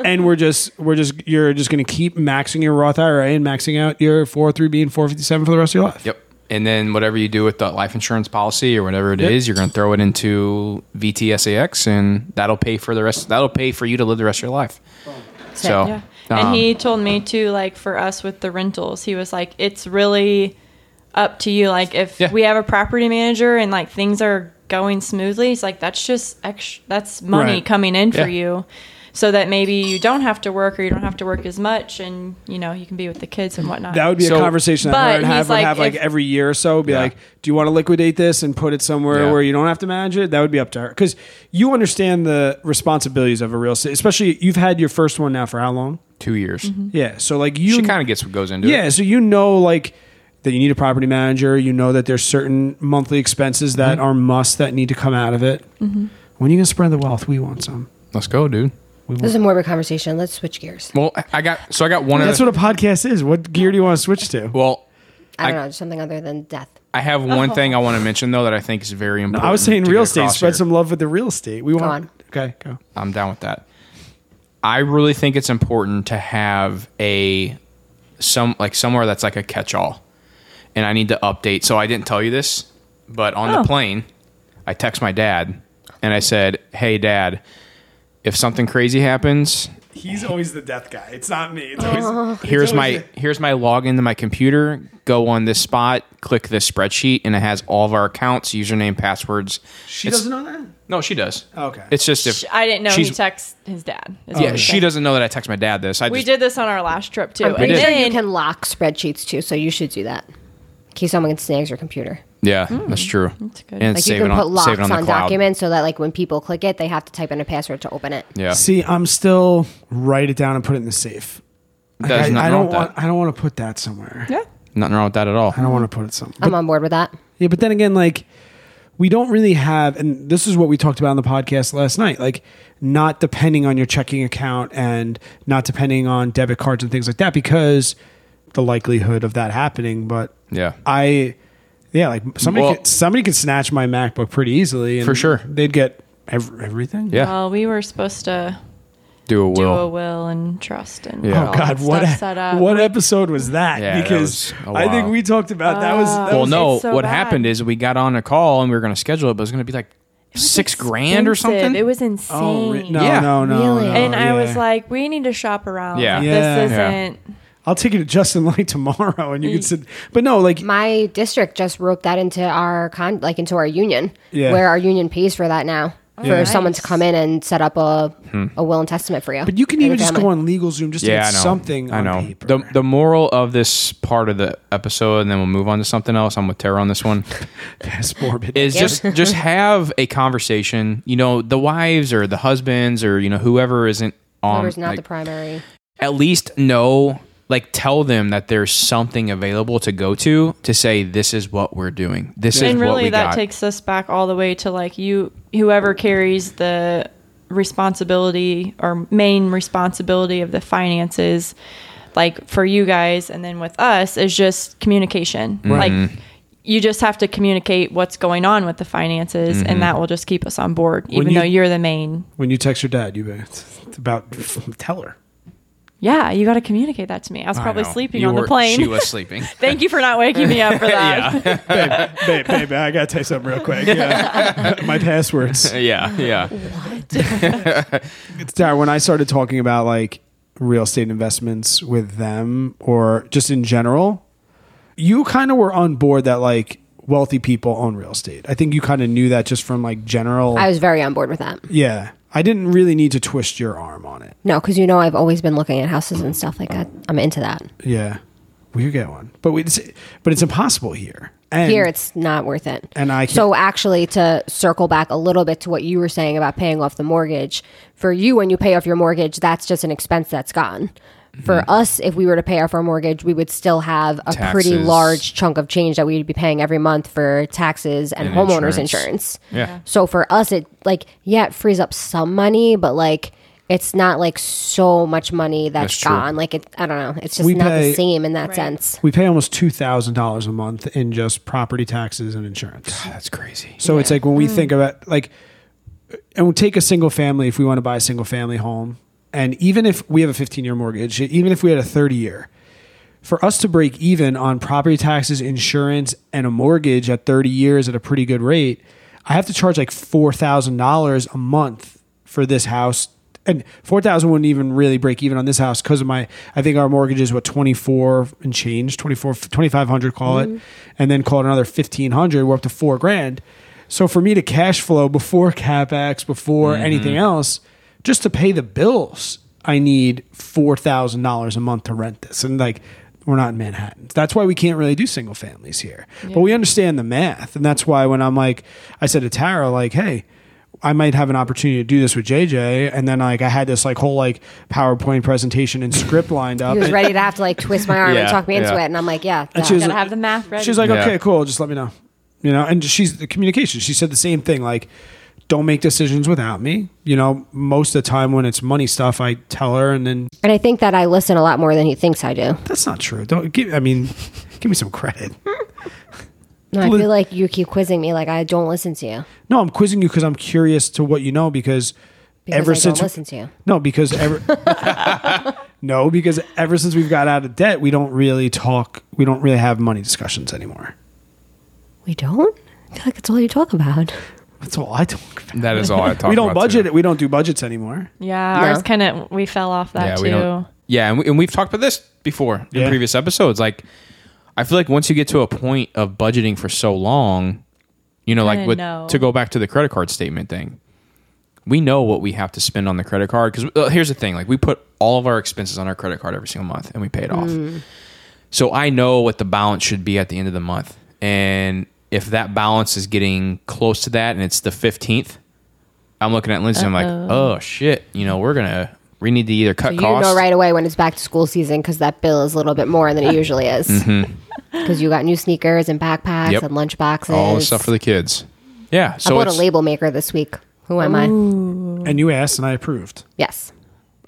A: and we're just we're just you're just going to keep maxing your Roth IRA and maxing out your 403b and 457 for the rest of your life.
D: Yep. And then whatever you do with the life insurance policy or whatever it
A: Yep.
D: is, you're going to throw it into VTSAX, and that'll pay for the rest. That'll pay for you to live the rest of your life. So,
B: yeah
D: um,
B: and he told me too like for us with the rentals he was like it's really up to you like if
D: Yeah.
B: we have a property manager and like things are going smoothly it's like that's just extra that's money
A: Right.
B: coming in for
D: Yeah.
B: you so that maybe you don't have to work or you don't have to work as much and you know you can be with the kids and whatnot
A: That would be
D: So-
A: a conversation that
B: But
A: her and
B: he's
A: have would
B: like,
A: have like
B: if-
A: every year or so. Be
D: Yeah.
A: like, do you want to liquidate this and put it somewhere
D: Yeah.
A: where you don't have to manage it? That would be up to her because you understand the responsibilities of a real estate. Especially you've had your first one now for how long?
D: two years.
A: Yeah, so like you
D: She kind of gets what goes into it.
A: Mm-hmm. Yeah, so you know like that you need a property manager. You know that there's certain monthly expenses that
D: Mm-hmm.
A: are must that need to come out of it.
B: Mm-hmm.
A: When are you gonna spread the wealth? We want some.
D: Let's go, dude.
C: this is a morbid conversation. Let's switch gears.
D: Well, I- I got so I got one.
A: That's
D: other,
A: what a podcast is. What gear do you want to switch to?
D: well,
C: I don't
D: I-
C: know, something other than death.
D: I have one thing I want to mention though that I think is very important.
A: I was saying
D: to
A: real
D: get
A: estate.
D: across
A: Spread
D: here.
A: some love with the real estate. We want.
C: on.
A: Okay, go.
D: I'm down with that. I really think it's important to have a some like somewhere that's like a catch-all. And I need to update. So I didn't tell you this, but on
B: Oh.
D: the plane, I text my dad and I said, "Hey dad, if something crazy happens,
A: He's always the death guy. It's not me. It's always,
D: here's my here's my login to my computer. Go on this spot, click this spreadsheet, and it has all of our accounts, username, passwords.
A: She
D: It's-
A: doesn't know that. Oh,
D: No, she does.
A: Okay.
D: It's just if
B: Oh. i didn't know
D: she's-
B: he texts his dad is what
D: Yeah,
B: I'm
D: she
B: saying.
D: doesn't know that I text my dad this. I
B: we
D: just,
B: did this on our last trip too
C: I'm
B: and
C: pretty sure you
B: then
C: can lock spreadsheets too, so you should do that. In case someone snags your computer.
D: Yeah, that's true.
B: good.
D: And
C: Like
D: save
C: you can
D: it on,
C: put locks
D: save it on
C: on,
D: the cloud.
C: documents so that like when people click it, they have to type in a password to open it.
D: Yeah,
A: See, I'm still write it down and put it in the safe. Like,
D: There's
A: I,
D: nothing
A: I
D: wrong
A: don't
D: with
A: want.
D: that.
A: I don't want to put that somewhere.
B: yeah
D: Nothing wrong with that at all.
A: I don't want to put it somewhere.
C: I'm on board with that.
A: Yeah, but then again, like we don't really have, and this is what we talked about on the podcast last night. Like not depending on your checking account and not depending on debit cards and things like that because the likelihood of that happening. But
D: Yeah.
A: I yeah, like somebody
D: Well-
A: could, somebody could snatch my MacBook pretty easily, and
D: For sure.
A: they'd get ev- everything.
D: Yeah,
B: well we were supposed to
D: do a will.
B: do a will and trust and
D: Yeah.
B: yeah.
A: Oh God! What
B: stuff set up.
A: what episode was that?
D: Yeah, that
A: because
D: was a
A: I think
D: while.
A: we talked about that was that
D: well,
A: was
D: no,
B: It's so
D: what
B: bad.
D: happened is we got on a call and we were going to schedule it, but it was going to be like six grand or
B: expensive.
D: something.
B: It was insane.
A: Oh, re- no,
D: Yeah.
A: no, no,
C: Really?
A: no,
B: and I was
A: yeah.
B: like, we need to shop around.
D: Yeah.
A: Yeah.
B: This
D: Yeah.
B: isn't.
A: I'll take you to Justin Light tomorrow, and you can sit. But no, like
C: My district just roped that into our con like into our union.
A: Yeah.
C: Where our union pays for that now. for
B: Yeah.
C: someone to
B: Nice.
C: come in and set up a, a will and testament for you.
A: Hmm. But you can
C: and
A: even
C: your
A: just go
C: family.
A: on legal zoom just to
D: yeah,
A: get
D: I know.
A: something
D: I
A: on
D: know.
A: paper.
D: The, the moral of this part of the episode, and then we'll move on to something else. I'm with Tara on this one.
A: That's morbid.
D: is just just have a conversation. You know, the wives or the husbands or you know whoever isn't on.
C: Whoever's not
D: like,
C: the primary.
D: at least know, like, tell them that there's something available to go to to say this is what we're doing. This is
B: and
D: what
B: really
D: we
B: that
D: got.
B: takes us back all the way to like you whoever carries the responsibility or main responsibility of the finances like for you guys and then with us is just communication
D: Mm-hmm.
B: like you just have to communicate what's going on with the finances
D: Mm-hmm.
B: and that will just keep us on board
A: When
B: even
A: you-
B: though you're the main
A: when you text your dad, you be- it's about tell her.
B: yeah you got to communicate that to me i was
D: I
B: probably
D: know.
B: sleeping
D: You
B: on
D: were-
B: the plane
D: She was sleeping.
B: thank you for not waking me up for that
D: yeah,
A: babe, babe, I gotta tell you something real quick. Yeah. My passwords.
D: yeah, yeah.
A: Tara, when I started talking about like real estate investments with them or just in general, you kind of were on board that like wealthy people own real estate. I think you kind of knew that just from like general.
C: I was very on board with that.
A: yeah. I didn't really need to twist your arm on it.
C: No, because you know I've always been looking at houses and stuff like that. I'm into that.
A: Yeah. We could get one. But we, it's, but it's impossible here. And
C: Here, it's not worth it.
A: And I can't-
C: so actually to circle back a little bit to what you were saying about paying off the mortgage for you when you pay off your mortgage, that's just an expense that's gone. For us, if we were to pay off our mortgage, we would still have a pretty
D: Taxes.
C: large chunk of change that we'd be paying every month for taxes and,
D: And
C: homeowners
D: insurance.
C: insurance.
D: Yeah.
C: So for us, it like yeah, it frees up some money, but like it's not like so much money
D: That's
C: that's
D: true.
C: gone. Like it, I don't know. It's just
A: We
C: not
A: pay-
C: the same in that
B: Right.
C: sense.
A: we pay almost $2,000 a month in just property taxes and insurance.
D: That's crazy.
A: So it's like when
C: Mm.
A: we think about like, uh, and we'll take a single family if we want to buy a single family home, and even if we have a 15 year mortgage, even if we had a 30 year, for us to break even on property taxes, insurance, and a mortgage at 30 years at a pretty good rate, I have to charge like four thousand dollars a month for this house. And four thousand wouldn't even really break even on this house because of my. I think our mortgage is what twenty four and change, 24, 2500 call it, and then call it another fifteen hundred. We're up to four grand. So for me to cash flow before capex, before anything else, just to pay the bills, I need four thousand dollars a month to rent this, and like we're not in Manhattan. That's why we can't really do single families here. But we understand the math, and that's why when I'm like, I said to Tara, like, hey. I might have an opportunity to do this with JJ, and then like I had this like whole like PowerPoint presentation and script lined up.
C: He was
A: and-
C: ready to have to like twist my arm and
D: Yeah,
C: talk me into
D: yeah.
C: it, and I'm like, yeah,
A: And
C: that-
A: she was
B: gotta have the math ready
A: She's like,
D: Yeah.
A: okay, cool. Just let me know. You know, and she's the communication. She said the same thing. Like, don't make decisions without me. You know, most of the time when it's money stuff, I tell her, and then
C: and I think that I listen a lot more than he thinks I do.
A: that's not true. Don't give. I mean, give me some credit.
C: No, I
A: Li-
C: feel like you keep quizzing me, like I don't listen to you
A: No, I'm quizzing you because I'm curious to what you know because,
C: because
A: ever
C: I
A: since
C: don't listen to you.
A: no because ever no because ever since we've got out of debt, we don't really talk. We don't really have money discussions anymore.
C: We don't. I feel like that's all you talk about.
A: That's all I talk about.
D: That is all I talk.
A: we don't
D: about,
A: budget
D: too.
A: it. We don't do budgets anymore.
B: yeah
C: No.
B: ours kind of we fell off that
D: yeah,
B: too
D: we don't. Yeah, and, we, and we've talked about this before in
A: Yeah.
D: previous episodes. Like, I feel like once you get to a point of budgeting for so long, you know, like
B: Kinda
D: with
B: know.
D: to go back to the credit card statement thing, we know what we have to spend on the credit card because uh, here's the thing: like, we put all of our expenses on our credit card every single month, and we pay it off.
B: Mm.
D: So I know what the balance should be at the end of the month, and if that balance is getting close to that, and it's the fifteenth, I'm looking at Lindsay. I'm like, oh shit, you know, we're gonna we need to either cut
C: You
D: costs.
C: know right away when it's back to school season because that bill is a little bit more than it usually is. Because you got new sneakers and backpacks
D: Mm-hmm. Yep.
C: and lunch boxes.
D: all the stuff for the kids. Yeah.
C: I
D: So
C: bought a
D: it's,
C: label maker this week. Who am I?
A: And you asked, and I approved.
C: Yes.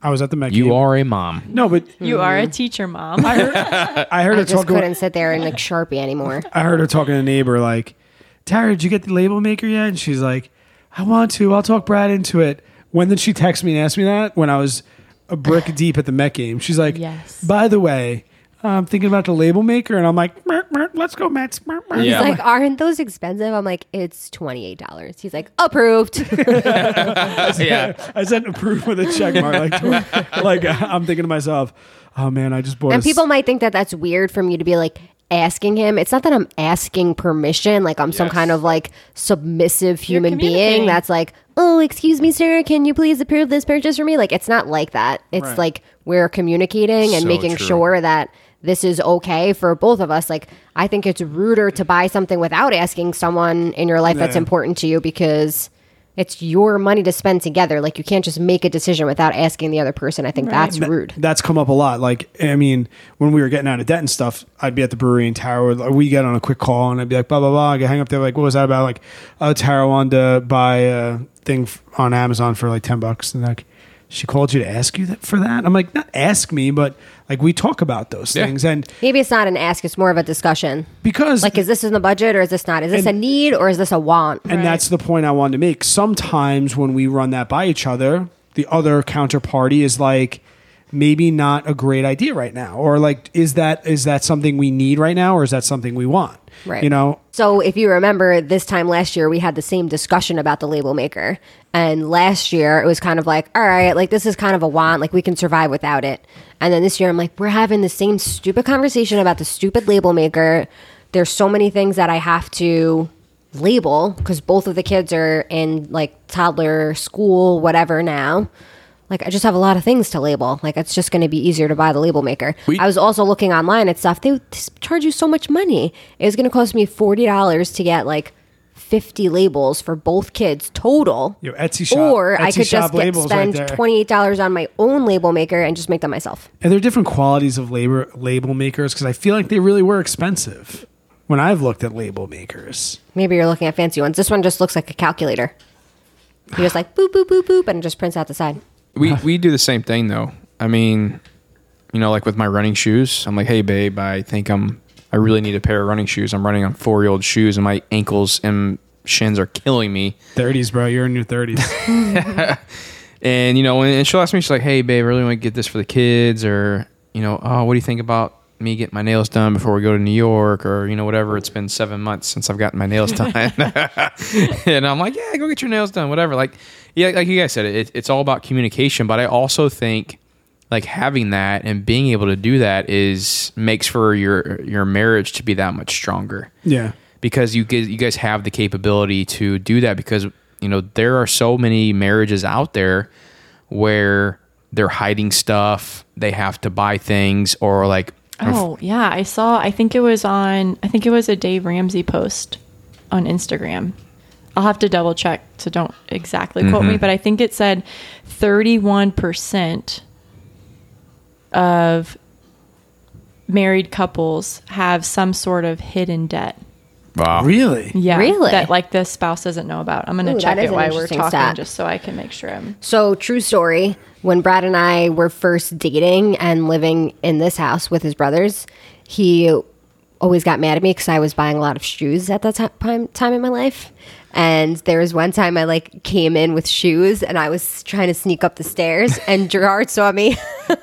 A: I was at the Met.
D: you
A: game.
D: are a mom.
A: no, but
B: you are a teacher mom
A: I heard,
D: Uh,
A: I heard her
C: I just
A: talking.
C: couldn't sit there and like Sharpie anymore.
A: I heard her talking to a neighbor like, Tara, did you get the label maker yet? And she's like, I want to. I'll talk Brad into it. When did she text me and ask me that? When I was a brick deep at the Met game. She's like,
B: Yes.
A: By the way, I'm thinking about the label maker, and I'm like, "Merk, merk, let's go, Mets. merk, merk."
D: Yeah.
C: He's like, aren't those expensive? I'm like, it's twenty eight dollars. He's like, approved.
D: yeah.
A: I sent approve with a check mark. Like, to- like I'm thinking to myself, oh man, I just bought. a
C: and
A: s-
C: people might think that that's weird for me to be like, asking him. It's not that I'm asking permission, like I'm some
D: Yes.
C: kind of like submissive human being
B: communicating.
C: that's like, oh, excuse me, sir, can you please approve this purchase for me? Like it's not like that. It's
A: Right.
C: like we're communicating and
D: So
C: making
D: true.
C: sure that this is okay for both of us. Like I think it's ruder to buy something without asking someone in your life that's
A: Yeah.
C: important to you because it's your money to spend together. Like you can't just make a decision without asking the other person. I think that's rude.
A: That's come up a lot. Like, I mean, when we were getting out of debt and stuff, I'd be at the brewery and Tara would, we get on a quick call and I'd be like, blah, blah, blah. I get hang up there. Like, what was that about? Like, oh, Tara wanted to buy a thing f- on Amazon for like 10 bucks. And like, she called you to ask you that for that. I'm like, not ask me, but like we talk about those
D: Yeah.
A: things. And
C: Maybe it's not an ask, it's more of a discussion.
A: because
C: Like, is this in the budget or is this not? Is this
A: And-
C: a need or is this a want?
A: And that's the point I wanted to make. Sometimes when we run that by each other, the other counterparty is like, maybe not a great idea right now, or like, is that is that something we need right now, or is that something we want?
C: Right.
A: You know,
C: So, if you remember this time last year, we had the same discussion about the label maker. And last year, it was kind of like, all right, like this is kind of a want, like we can survive without it. And then this year, I'm like, we're having the same stupid conversation about the stupid label maker. There's so many things that I have to label because both of the kids are in like toddler school, whatever now. Like, I just have a lot of things to label. Like, it's just going to be easier to buy the label maker.
D: We-
C: I was also looking online at stuff. They would s- charge you so much money. It was going to cost me $40 to get like 50 labels for both kids total.
A: Your Etsy shop-
C: Or I
A: Etsy
C: could
A: shop
C: just get,
A: labels
C: spend
A: right there.
C: $28 on my own label maker and just make them myself.
A: and there are different qualities of labor label makers because I feel like they really were expensive when I've looked at label makers.
C: Maybe you're looking at fancy ones. This one just looks like a calculator. You just like boop, boop, boop, boop, and it just prints out the side.
D: We we do the same thing though. I mean, you know, like with my running shoes, I'm like, hey babe, I think I'm I really need a pair of running shoes. I'm running on four year old shoes and my ankles and shins are killing me.
A: Thirties, bro, you're in your thirties.
D: And you know, and, and she'll ask me, she's like, hey babe, I really want to get this for the kids or you know, oh, what do you think about me getting my nails done before we go to New York or you know, whatever. It's been seven months since I've gotten my nails done. and I'm like, yeah, go get your nails done, whatever. Like, yeah, like you guys said, it, it's all about communication. But I also think like having that and being able to do that is makes for your your marriage to be that much stronger
A: yeah,
D: because you guys, you guys have the capability to do that because you know there are so many marriages out there where they're hiding stuff they have to buy things or like
B: Oh yeah, I saw. I think it was on. I think it was a Dave Ramsey post on Instagram. I'll have to double check, so don't exactly quote
D: Mm-hmm.
B: me. But I think it said thirty-one percent of married couples have some sort of hidden debt.
D: wow
A: really.
B: Yeah,
C: Really?
B: That like the spouse doesn't know about. I'm gonna
C: Ooh,
B: check
C: that is
B: it
C: an
B: while we're
C: interesting
B: talking,
C: stat.
B: just so I can make sure I'm.
C: So, true story. When Brad and I were first dating and living in this house with his brothers, he always got mad at me because I was buying a lot of shoes at that ti- time, time in my life. And there was one time I like came in with shoes and I was trying to sneak up the stairs and Gerard saw me.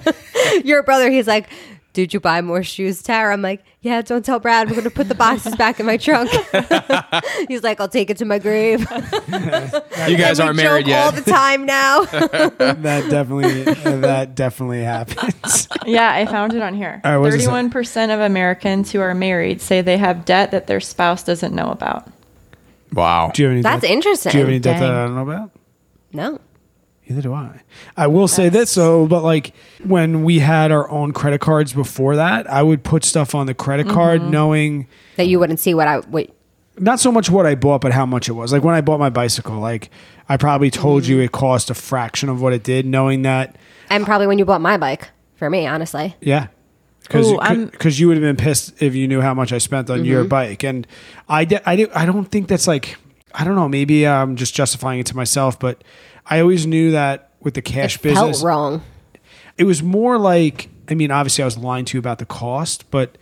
C: Your brother, he's like, "Did you buy more shoes, Tara?" I'm like, "Yeah, don't tell Brad. We're going to put the boxes back in my trunk." he's like, "I'll take it to my grave."
D: you guys
C: We
D: aren't married
C: joke all
D: yet
C: the time now.
A: That definitely uh, that definitely happens.
B: Yeah, I found it on here.
A: All right, what does it say?
B: Thirty-one percent of Americans who are married say they have debt that their spouse doesn't know about.
D: wow
A: Do you have any?
C: That's
A: debt-
C: interesting.
A: Do you have any debt that
B: Dang.
A: I don't know about?
C: No.
A: Neither do I. I will say this though, but like when we had our own credit cards before that, I would put stuff on the credit card
B: Mm-hmm.
A: knowing
C: That you wouldn't see what I would.
A: not so much what I bought, but how much it was. Like when I bought my bicycle, like I probably told you
B: Mm-hmm.
A: it cost a fraction of what it did, knowing that,
C: And probably when you bought my bike, for me, honestly.
A: yeah. Because
B: Ooh, I'm- Mm-hmm.
A: because you would have been pissed if you knew how much I spent on your bike, and I de- I, di- I don't think that's like I don't know maybe I'm just justifying it to myself, but I always knew that with the cash business
C: Felt wrong.
A: it was more like I mean, obviously, I was lying to you about the cost, but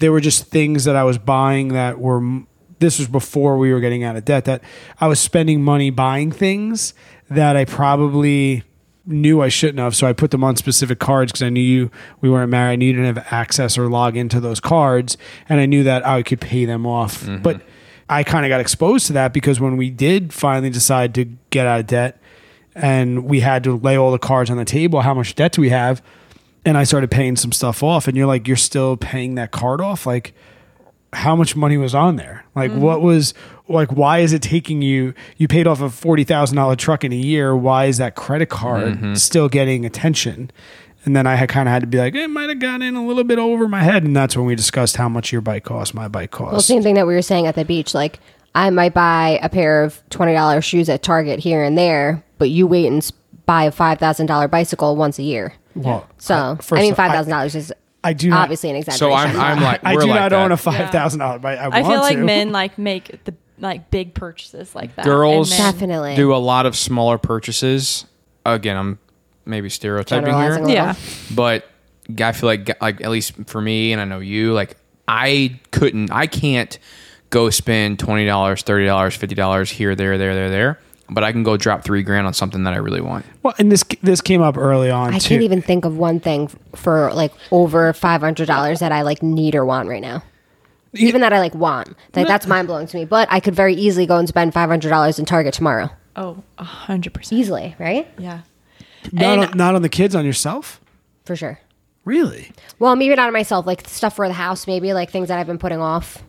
A: there were just things that I was buying that were. m- This was before we were getting out of debt. That I was spending money buying things that I probably knew I shouldn't have. So I put them on specific cards because I knew you we weren't married. I knew you didn't have access or log into those cards, and I knew that I could pay them off. But I kind of got exposed to that because when we did finally decide to get out of debt, and we had to lay all the cards on the table. How much debt do we have? And I started paying some stuff off, and you're like, you're still paying that card off. Like, how much money was on there. Like what was like why is it taking you you paid off a $40,000 truck in a year, why is that credit card still getting attention? And then I had kind of had to be like, it might have gotten in a little bit over my head and that's when we discussed how much your bike cost, my bike cost.
C: Well, same thing that we were saying at the beach. Like, I might buy a pair of $20 shoes at Target here and there, but you wait and s- buy a $5,000 bicycle once a year.
A: Well,
C: So,
A: first
C: I mean,
A: of all, I-
C: $5,000 is
A: I do not-
C: obviously an
D: So
C: exaggeration.
D: I'm, I'm like,
A: I
D: we're
A: do
D: like
A: not
D: that.
A: own a five thousand dollar bike. I,
B: I
A: want
B: feel like
A: to.
B: men like make the like big purchases like that.
D: girls
B: And then-
C: Definitely.
D: do a lot of smaller purchases. Again, I'm maybe stereotyping
C: Generalizing
D: here,
C: a little.
B: Yeah.
D: but I feel like like at least for me, and I know you, like I couldn't, I can't go spend twenty dollars, thirty dollars, fifty dollars here, there, there, there, there. But I can go drop three grand on something that I really want.
A: Well, and this this came up early on
C: I
A: too.
C: can't even think of one thing f- for like over $500 that I like need or want right now. Even that I like want. Like, that's mind blowing to me. But I could very easily go and spend $500 in Target tomorrow.
B: Oh, a hundred percent.
C: Easily, right?
B: Yeah.
A: not
B: and-
A: on, not on the kids, on yourself.
C: For sure.
A: Really,
C: Well, maybe not on myself, like stuff for the house, maybe like things that I've been putting off.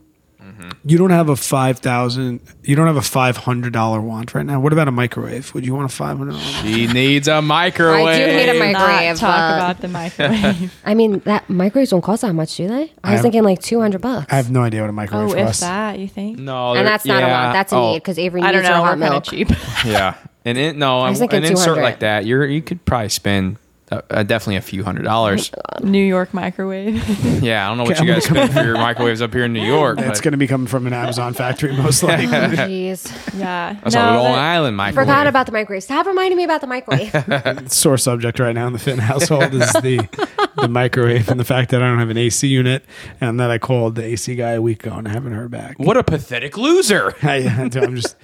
A: you don't have a five thousand. You don't have a five hundred dollar want right now. What about a microwave? Would you want a five hundred dollar?
D: He needs a microwave.
C: I do need a
B: Not
C: microwave.
B: talk
C: uh,
B: about the microwave.
C: I mean, that microwaves don't cost that much, do they? I was
A: have-
C: thinking like two hundred bucks.
A: I have no idea what a microwave
B: oh, if
A: costs.
B: that you think?
D: no,
C: and
D: there-
C: that's not a
D: yeah.
C: lot. That's a
D: Oh,
C: need because Avery needs
B: I don't
C: her
B: know.
C: hot
B: We're kind of
C: milk.
B: cheap.
D: Yeah, and it, no,
C: was thinking
D: an insert
C: 200.
D: like that, you're you could probably spend uh, uh, definitely a few hundred dollars.
B: New York microwave.
D: Yeah, I don't know what
A: Okay,
D: you
A: I'm
D: guys spend for your microwaves up here in New York.
A: That's
D: but
A: going to be coming from an Amazon factory, most likely.
C: Jeez,
B: yeah.
D: that's a Long
B: that-
D: Island microwave.
C: forgot about the microwave. Stop reminding me about the microwave.
A: Sore subject right now in the Finn household is the the microwave and the fact that I don't have an AC unit and that I called the AC guy a week ago and I haven't heard back.
D: What a pathetic loser.
A: I, am just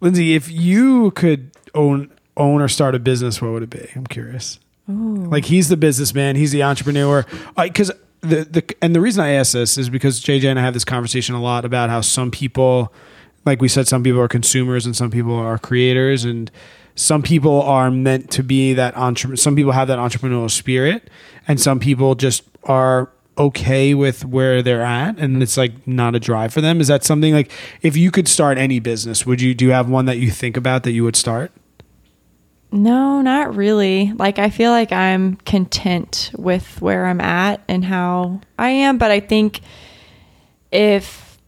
A: Lindsay. If you could own own or start a business, what would it be? I'm curious. Like he's the businessman, he's the entrepreneur. Because the the and the reason I ask this is because JJ and I have this conversation a lot about how some people, like we said, some people are consumers and some people are creators and. Some people are meant to be that entrepreneur. Some people have that entrepreneurial spirit, and some people just are okay with where they're at and it's like not a drive for them is that something like if you could start any business would you do you have one that you think about that you would start
B: No, not really. Like I feel like I'm content with where I'm at and how I am, but I think if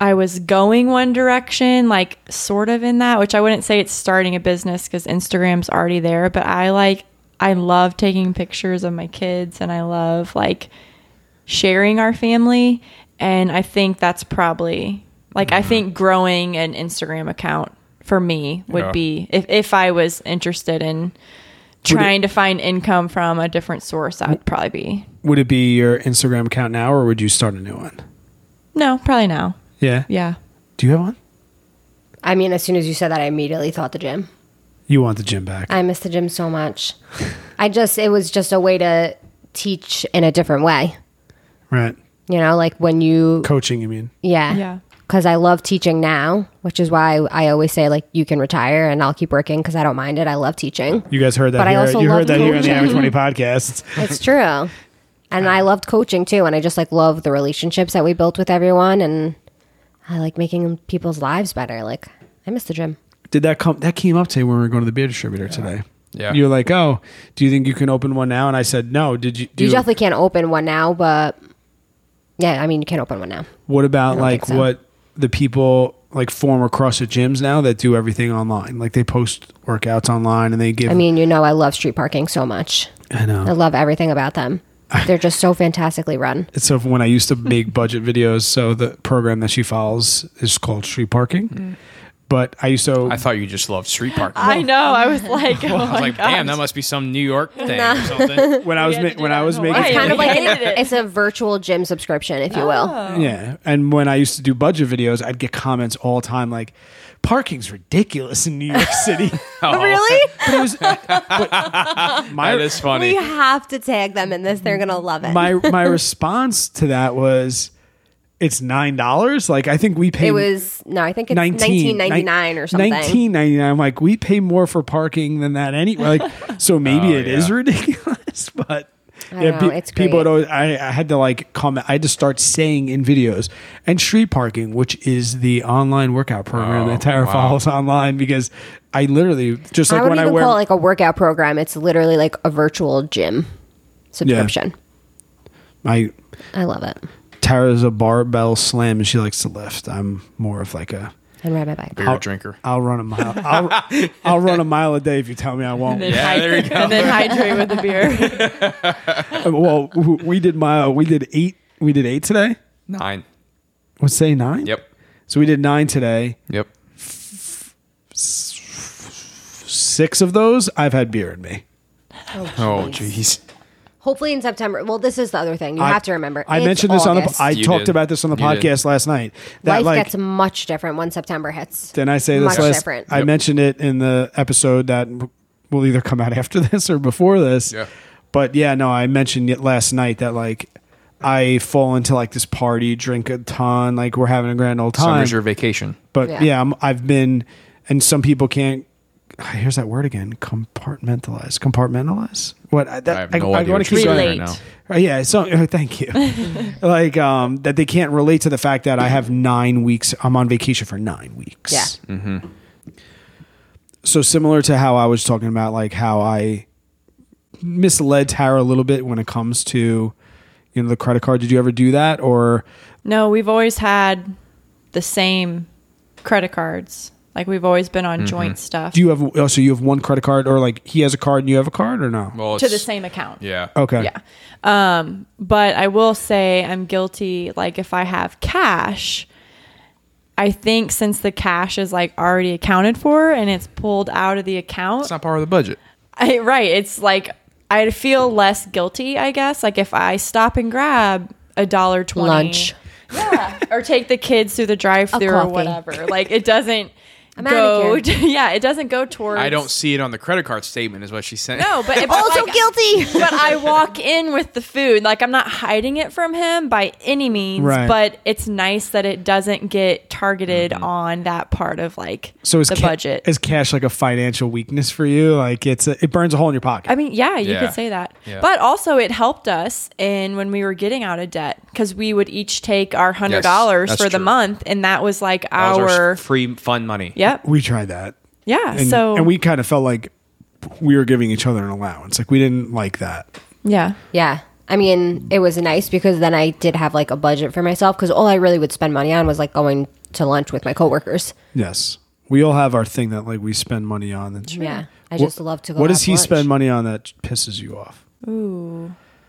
B: I was going one direction, like sort of in that, which I wouldn't say it's starting a business because Instagram's already there, but I like, I love taking pictures of my kids and I love like sharing our family. And I think that's probably like, I think growing an Instagram account for me would
D: Yeah.
B: be if, if I was interested in trying to find income from a different source, that would probably be
A: would it be your instagram account now or would you start a new one
B: no, probably now.
A: yeah
B: Yeah.
A: do you have one
C: I mean, as soon as you said that, I immediately thought the gym.
A: you want the gym back
C: I miss the gym so much. I just it was just a way to teach in a different way.
A: right
C: You know, like when you
A: coaching you mean
C: Yeah.
B: Yeah.
C: Because I love teaching now, which is why I always say, like, you can retire and I'll keep working because I don't mind it. I love teaching.
A: you guys heard that
C: But I
A: here
C: also
A: you
C: love
A: heard that here in the
C: coaching.
A: average 20 podcasts
C: It's true. And I loved coaching too. And I just like love the relationships that we built with everyone. And I like making people's lives better. Like, I miss the gym.
A: did that come that came up today when we were going to the beer distributor today
D: Yeah.
A: you're like oh do you think you can open one now and i said no did you do
C: You definitely can't open one now, but yeah, I mean, you can't open one now.
A: What about
C: don't
A: like
C: think so.
A: what the people like former CrossFit gyms now that do everything online? Like they post workouts online and they give.
C: I mean, you know, I love street parking so much.
A: I
C: I
A: know.
C: love everything about them. They're just so fantastically run.
A: It's so when I used to make budget videos, so the program that she follows is called Street Parking.
C: Mm.
A: But I used to.
D: I thought you just loved street parking.
B: I know. I was like, oh
D: I was like, damn, that must be some New York thing or something. Oh,
A: when I was
B: had to
A: ma-
B: do
A: when
B: that
A: I
B: in
A: was making
C: It's
B: Hawaii.
C: kind of
B: Yeah.
C: like
B: Hated it.
C: it's a virtual gym subscription, if you will.
D: Um,
A: Yeah. And when I used to do budget videos, I'd get comments all the time like, parking's ridiculous in New York City.
C: Really?
A: but it was. but my,
D: That is funny.
C: We have to tag them in this. They're gonna love it.
A: my, my response to that was, it's $9. Like, I think we pay.
C: it was no, I think it's
A: 19
C: nineteen ninety nine or something.
A: 1999 I'm like we pay more for parking than that anyway like so maybe
D: Oh,
A: it is
D: yeah.
A: ridiculous but
C: I know, it's
A: people
C: great.
A: would always, I, I had to like comment. I had to start saying in videos and street parking, which is the online workout program
D: Oh,
A: that Tara
D: wow.
A: follows online because I literally just
C: I
A: like
C: would
A: when I
C: even
A: wear
C: call it like a workout program. It's literally like a virtual gym subscription.
A: my
C: I love it.
A: Tara's a barbell slam and she likes to lift. I'm more of like a
C: And ride my bike.
D: Beer drinker.
A: I'll run a mile. I'll, I'll run a mile a day if you tell me I won't.
B: then hyd-
D: there you go.
B: and then hydrate with the beer.
A: Uh, Well, w- we did mile. We did eight. We did eight today.
D: Nine.
A: Let's say nine.
D: Yep.
A: So we did nine today.
D: Yep.
A: Six of those I've had beer in me.
D: Oh, jeez.
C: Hopefully in September. Well, this is the other thing. You
A: I
C: have to remember.
A: I
C: It's
A: mentioned this
C: August.
A: on the. I
D: You
A: talked
D: did.
A: about this on the
D: You did.
A: podcast last night. That
C: Life
A: like
C: gets much different when September hits.
A: Didn't I say this
C: Much
A: last?
C: different.
A: I
D: Yep.
A: mentioned it in the episode that will either come out after this or before this.
D: Yeah.
A: But yeah, no, I mentioned it last night that like I fall into like this party, drink a ton, like we're having a grand old time.
D: Summer's your vacation.
A: but yeah,
C: Yeah.
A: I'm, I've been, and some people can't. Here's that word again: compartmentalize. Compartmentalize. What I, that,
D: I have no
A: I,
D: idea
A: wanna
D: what you're
A: keep going.
D: saying
B: Relate.
D: right now.
A: Uh, Yeah, so uh, thank you. like um, that they can't relate to the fact that I have nine weeks. I'm on vacation for nine weeks.
C: Yeah.
A: Mm-hmm. So similar to how I was talking about, like how I misled Tara a little bit when it comes to you know the credit card. Did you ever do that or?
B: No, we've always had the same credit cards. Like we've always been
D: Mm-hmm.
B: on joint stuff
A: Do you have oh, so you have one credit card or like he has a card and you have a card or no?
D: Well,
B: to the
D: it's-
B: same account.
D: Yeah.
A: Okay.
B: Yeah. Um, but I will say I'm guilty. Like if I have cash, I think since the cash is like already accounted for and it's pulled out of the account,
D: It's not part of the budget.
B: I, right? It's like I feel less guilty, I guess. Like if I stop and grab a dollar twenty
C: Lunch.
B: yeah, or take the kids through the drive-through or
C: coffee.
B: whatever. Like it doesn't go.
C: manicure.
B: yeah, it doesn't go towards.
D: I don't see it on the credit card statement, is what she said.
B: No, but but
C: Also
B: like-
C: guilty.
B: but I walk in with the food. Like I'm not hiding it from him by any means,
A: Right.
B: but it's nice that it doesn't get targeted
D: Mm-hmm.
B: on that part of like
A: So is
B: the
A: ca-
B: budget.
A: is cash like a financial weakness for you? Like it's a, it burns a hole in your pocket.
B: I mean, yeah, you
D: Yeah.
B: could say that.
D: Yeah.
B: But also, it helped us in when we were getting out of debt because we would each take our hundred dollars
D: that's
B: for the
D: true.
B: month, and that was like
D: That was
B: our,
D: our s- free fun money.
B: yep,
A: we tried that.
B: yeah.
A: And,
B: so
A: and we kind of felt like we were giving each other an allowance. Like we didn't like that.
B: yeah.
C: yeah. I mean, it was nice because then I did have like a budget for myself because all I really would spend money on was like going to lunch with my coworkers.
A: Yes. We all have our thing that like we spend money on. That's
C: Yeah. I
A: Wha-
C: just love to go.
A: What does
C: have
A: he
C: lunch.
A: spend money on that pisses you off?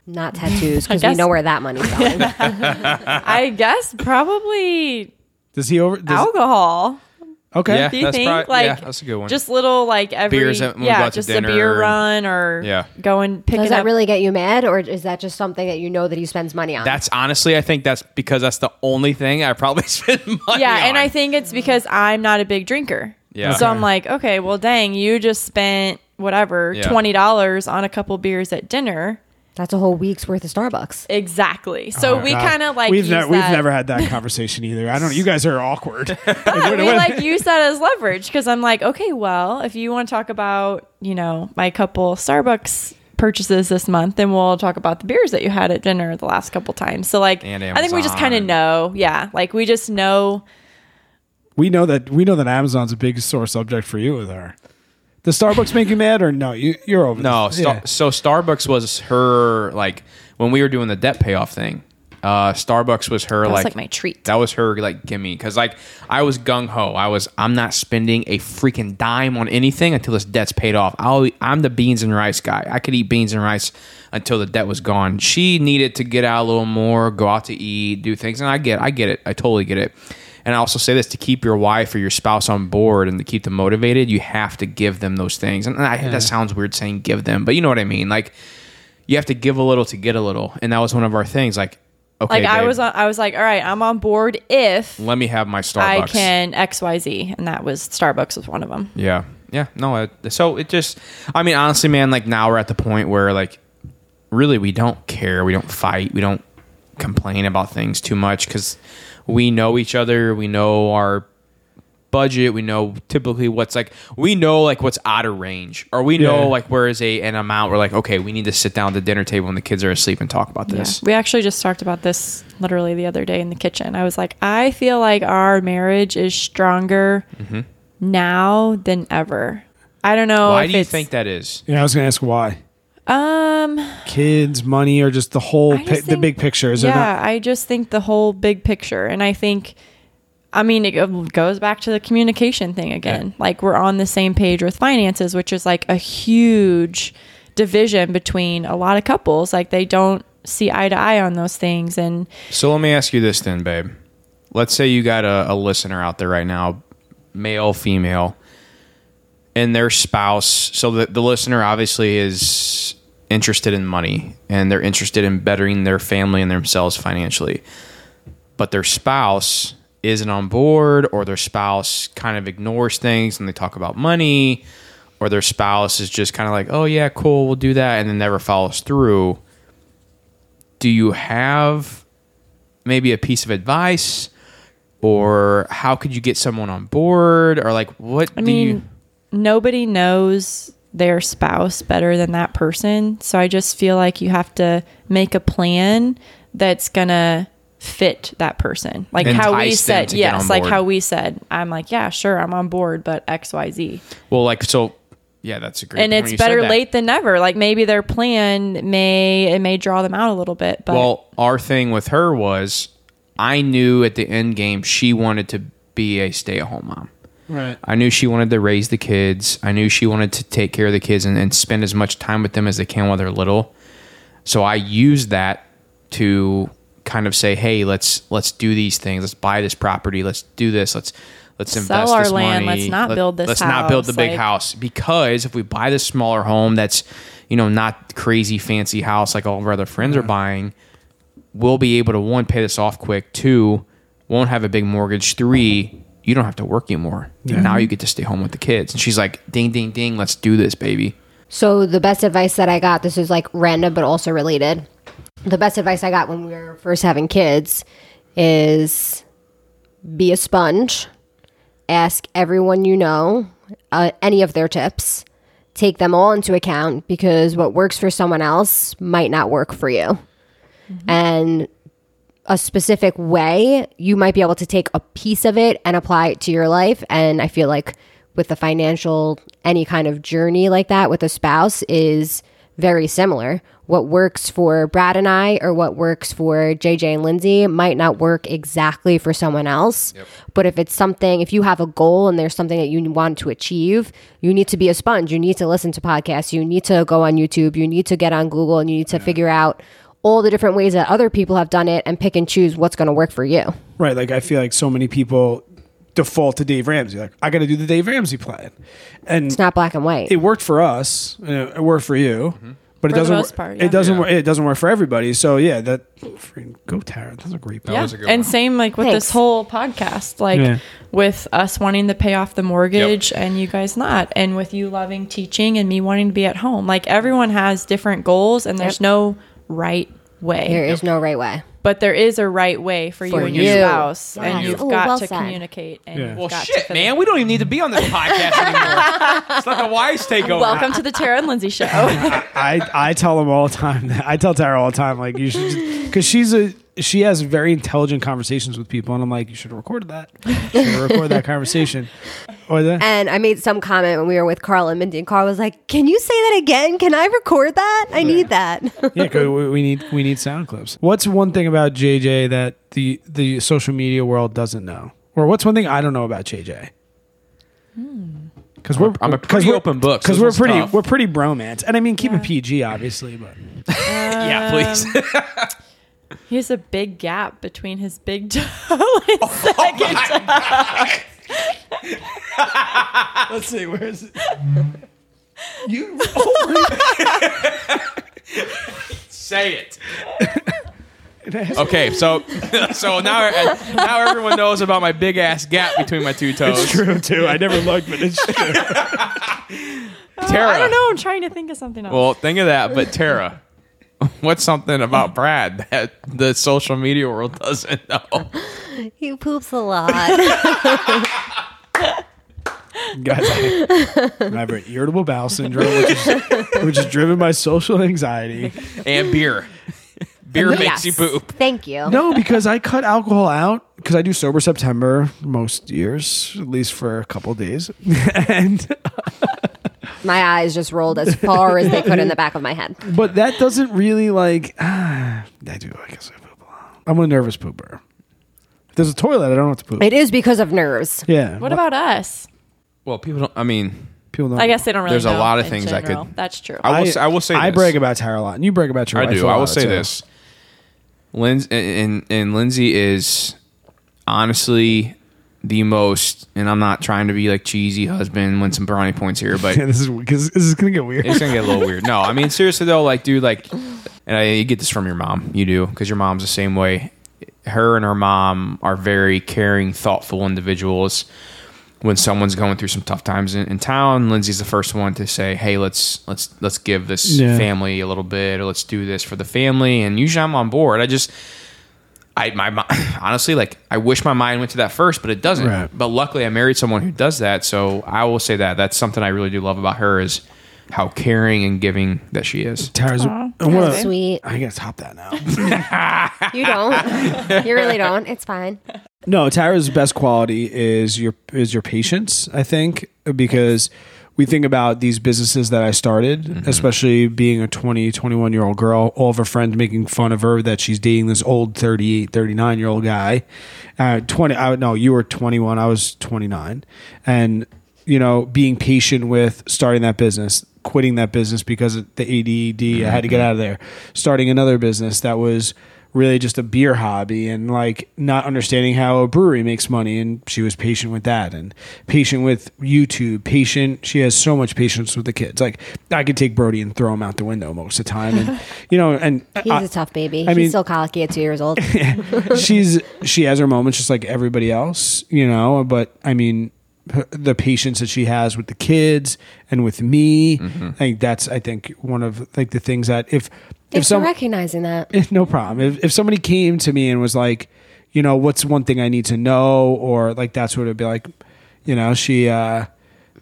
C: Not tattoos because
B: guess-
C: we know where that money's going.
B: I guess probably
A: Does he over? Does,
B: alcohol.
A: okay.
D: Yeah.
B: Do you
D: That's
B: think
D: prob-
B: like
D: yeah, that's a good one.
B: Just little like every
D: Beers at- when we go
B: yeah,
D: out to
B: just
D: dinner
B: a beer
D: and-
B: run or
D: Yeah.
B: going picking
C: Does that
B: up.
C: really get you mad, or is that just something that you know that he spends money on?
D: That's honestly, I think that's because that's the only thing I probably spend money
B: yeah,
D: on.
B: and I think it's because I'm not a big drinker.
D: Yeah.
B: So I'm
A: Okay.
B: like, okay, well, dang, you just spent whatever
D: Yeah.
B: twenty dollars on a couple beers at dinner.
C: that's a whole week's worth of Starbucks.
B: Exactly. So we
A: Oh God.
B: kind of like
A: we've
B: use
A: ne- we've
B: that-
A: never had that conversation either. I don't. You guys are awkward.
B: But we like use that as leverage because I'm like, okay, well, if you want to talk about, you know, my couple Starbucks purchases this month, then we'll talk about the beers that you had at dinner the last couple times. So like,
D: And
B: I think we just kind of
D: Amazon.
B: know, yeah, like we just know.
A: we know that we know that Amazon's a big sore subject for you with her. Does Starbucks make you mad or no? You, you're over.
D: No,
A: this.
D: Star-
A: Yeah.
D: so Starbucks was her like when we were doing the debt payoff thing. Uh, Starbucks was her
B: That was,
D: like,
B: like, my treat.
D: That was her like gimme because like I was gung ho. I was I'm not spending a freaking dime on anything until this debt's paid off. I'll I'm the beans and rice guy. I could eat beans and rice until the debt was gone. She needed to get out a little more, go out to eat, do things, and I get I get it. I totally get it. And I also say this to keep your wife or your spouse on board and to keep them motivated, you have to give them those things. And I, that sounds weird saying give them, but you know what I mean. Like you have to give a little to get a little, and that was one of our things. Like okay,
B: Like I
D: babe,
B: was, on, I was like, all right, I'm on board if
D: let me have my Starbucks.
B: I can X Y Z, and that was Starbucks was one of them.
D: Yeah. Yeah. No. It, so it just, I mean, honestly, man, like now we're at the point where like really we don't care. We don't fight. We don't complain about things too much because we know each other. We know our budget. We know typically what's like we know like what's out of range, or we know
A: Yeah.
D: like where is a an amount. We're like, okay, we need to sit down at the dinner table when the kids are asleep and talk about
B: Yeah.
D: this.
B: We actually just talked about this literally the other day in the kitchen. I was like, I feel like our marriage is stronger
D: Mm-hmm.
B: now than ever. I don't know.
D: Why
B: if
D: do you
B: it's-
D: think that is?
A: Yeah, I was going to ask why.
B: Um,
A: Kids, money, or just the whole
B: I
A: pi-
B: just
A: the
B: think-
A: big picture? Is there
B: yeah,
A: not?
B: I just think the whole big picture, and I think, I mean, it go- goes back to the communication thing again. Like we're on the same page with finances, which is like a huge division between a lot of couples. Like they don't see eye to eye on those things, and
D: So let me ask you this then, babe. Let's say you got a, a listener out there right now, male, female, and their spouse. So the, the listener obviously is interested in money and they're interested in bettering their family and themselves financially. But their spouse isn't on board, or their spouse kind of ignores things when they talk about money, or their spouse is just kind of like, oh, yeah, cool, we'll do that, and then never follows through. Do you have maybe a piece of advice or how could you get someone on board or like what
B: I
D: do
B: mean,
D: you
B: nobody knows their spouse better than that person. So I just feel like you have to make a plan that's gonna fit that person. Like how we
D: Entice them
B: said,
D: to get on
B: yes, like
D: board.
B: how we said, I'm like, yeah, sure, I'm on board, but XYZ.
D: well like so yeah that's a great
B: And
D: point
B: it's
D: you said
B: better
D: that.
B: late than never. Like maybe their plan may it may draw them out a little bit, but
D: well our thing with her was i knew at the end game she wanted to be a stay-at-home mom
A: Right.
D: I knew she wanted to raise the kids. I knew she wanted to take care of the kids and, and spend as much time with them as they can while they're little. So I used that to kind of say, "Hey, let's let's do these things. Let's buy this property. Let's do this. Let's let's
B: Sell
D: invest
B: our
D: this
B: land.
D: money.
B: Let's not build this
D: Let's not build the
B: house."
D: big
B: Like-
D: house because if we buy this smaller home, that's you know not crazy fancy house like all of our other friends
B: Mm.
D: are buying." we'll be able to one pay this off quick two won't have a big mortgage three you don't have to work anymore now you get to stay home with the kids and she's like ding ding ding let's do this baby
C: So the best advice that I got, this is like random but also related. The best advice I got when we were first having kids is be a sponge, ask everyone you know uh, any of their tips, take them all into account because what works for someone else might not work for you. And a specific way, you might be able to take a piece of it and apply it to your life. And I feel like with the financial, any kind of journey like that with a spouse is very similar. What works for Brad and I, or what works for JJ and Lindsay, might not work exactly for someone else. But if it's something, if you have a goal and there's something that you want to achieve, you need to be a sponge. You need to listen to podcasts. You need to go on YouTube. You need to get on Google and you need to figure out all the different ways that other people have done it and pick and choose what's going to work for you.
A: Right. Like I feel like so many people default to Dave Ramsey. Like I got to do the Dave Ramsey plan, and
C: It's not black and white.
A: it worked for us. uh, It worked for you, but it
B: For the
A: doesn't.
B: most
A: wor-
B: part, yeah.
A: It doesn't.
D: Yeah.
A: Wor- it doesn't work for everybody. So yeah, that freaking go Tara. That's a great.
D: That
B: yeah.
D: was a good
B: and
D: one.
B: same like with
C: Thanks.
B: this whole podcast, like
A: Yeah.
B: with us wanting to pay off the mortgage and you guys not, and with you loving teaching and me wanting to be at home. Like everyone has different goals, and there's
C: Yep.
B: no right way,
C: there is no right way.
B: but there is a right way for,
C: For
B: you and your
C: you.
B: spouse,
C: Yes.
B: and you've
C: Ooh,
B: got
C: well
B: to
C: said.
B: communicate. And
A: Yeah.
B: you've
D: well
B: got to
D: Oh, shit
B: fit
D: man
B: in.
D: we don't even need to be on this podcast anymore it's not the wise takeover
B: Welcome to the Tara and Lindsay show.
A: I I tell them all the time. That, I tell Tara all the time, like you should, because she's a she has very intelligent conversations with people, and I'm like, you should have recorded that. Should have recorded that conversation. Or that.
C: And I made some comment when we were with Carl and Mindy, and Carl was like, Can you say that again? Can I record that? I need that.
A: yeah, 'cause we, we need we need sound clips. What's one thing about JJ that the the social media world doesn't know, or what's one thing I don't know about JJ? Because we're
D: Hmm. I'm a
A: because
D: pretty
A: we're,
D: open book, so
A: Because
D: this
A: we're
D: one's
A: pretty
D: tough.
A: we're pretty bromance, and I mean keep it PG obviously, but
D: yeah please
B: um, he has a big gap between his big toe
D: Oh
B: and second toe.
A: let's see where is it?
D: you say it okay so so now uh, now everyone knows about my big ass gap between my two toes
A: It's true too. I never looked, but it's true.
D: Tara.
B: I don't know. I'm trying to think of something else.
D: Well, think of that, but Tara, what's something about Brad that the social media world doesn't know?
C: he poops a lot.
A: guys, I, I have an irritable bowel syndrome, which is, which is driven by social anxiety.
D: and beer. Beer makes you poop.
C: Thank you.
A: No, because I cut alcohol out because I do sober September most years, at least for a couple days. and
C: My eyes just rolled as far as they could in the back of my head.
A: but that doesn't really like. I do. I guess I poop a lot. I'm a nervous pooper. If there's a toilet, I don't have to poop.
C: It is because of nerves.
A: yeah.
B: What about us?
D: Well, people don't. I mean,
A: people? Don't
B: I guess they don't really.
D: There's a
B: know
D: lot of
B: in
D: things I could-
B: general. That's true.
D: I will. say, I will say.
A: I
D: this.
A: brag about Tara a lot, and you brag about your
D: I
A: wife
D: do.
A: a
D: I will
A: lot,
D: say
A: too.
D: this. Lindsay and, and Lindsay is honestly the most, and I'm not trying to be like cheesy husband, win some brownie points here, but
A: Yeah, this is because this is gonna get weird.
D: it's gonna get a little weird. No, I mean seriously though, like dude, like, and I you get this from your mom, you do, because your mom's the same way. Her and her mom are very caring, thoughtful individuals. When someone's going through some tough times in, in town, Lindsay's the first one to say, "Hey, let's let's let's give this
A: Yeah.
D: family a little bit, or let's do this for the family." And usually, I'm on board. I just I my mi- honestly like I wish my mind went to that first, but it doesn't.
A: Right.
D: But luckily, I married someone who does that, so I will say that that's something I really do love about her is how caring and giving that she is.
A: Tara's
B: Aw,
A: I wanna-
C: that's sweet.
A: I gotta stop that now.
C: You don't. you really don't. It's fine.
A: No, Tara's best quality is your is your patience. I think because we think about these businesses that I started, especially being a 20, 21 year old girl, all of her friends making fun of her that she's dating this old 38, 39 year old guy. Uh, 20, I no, you were 21, I was 29. And, you know, being patient with starting that business, quitting that business because of the ADD, I had to get out of there, starting another business that was really just a beer hobby and like not understanding how a brewery makes money and she was patient with that and patient with YouTube patient she has so much patience with the kids like I could take Brody and throw him out the window most of the time and you know and
C: He's
A: I-
C: a tough baby.
A: I mean-
C: He's still colicky at two years old.
A: she's she has her moments just like everybody else, you know. But I mean, her- the patience that she has with the kids and with me, I think that's I think one of like the things that if if
C: Thanks for
A: some
C: recognizing that.
A: no problem if if somebody came to me and was like, you know, what's one thing I need to know or like that's what it'd be like, you know, she uh,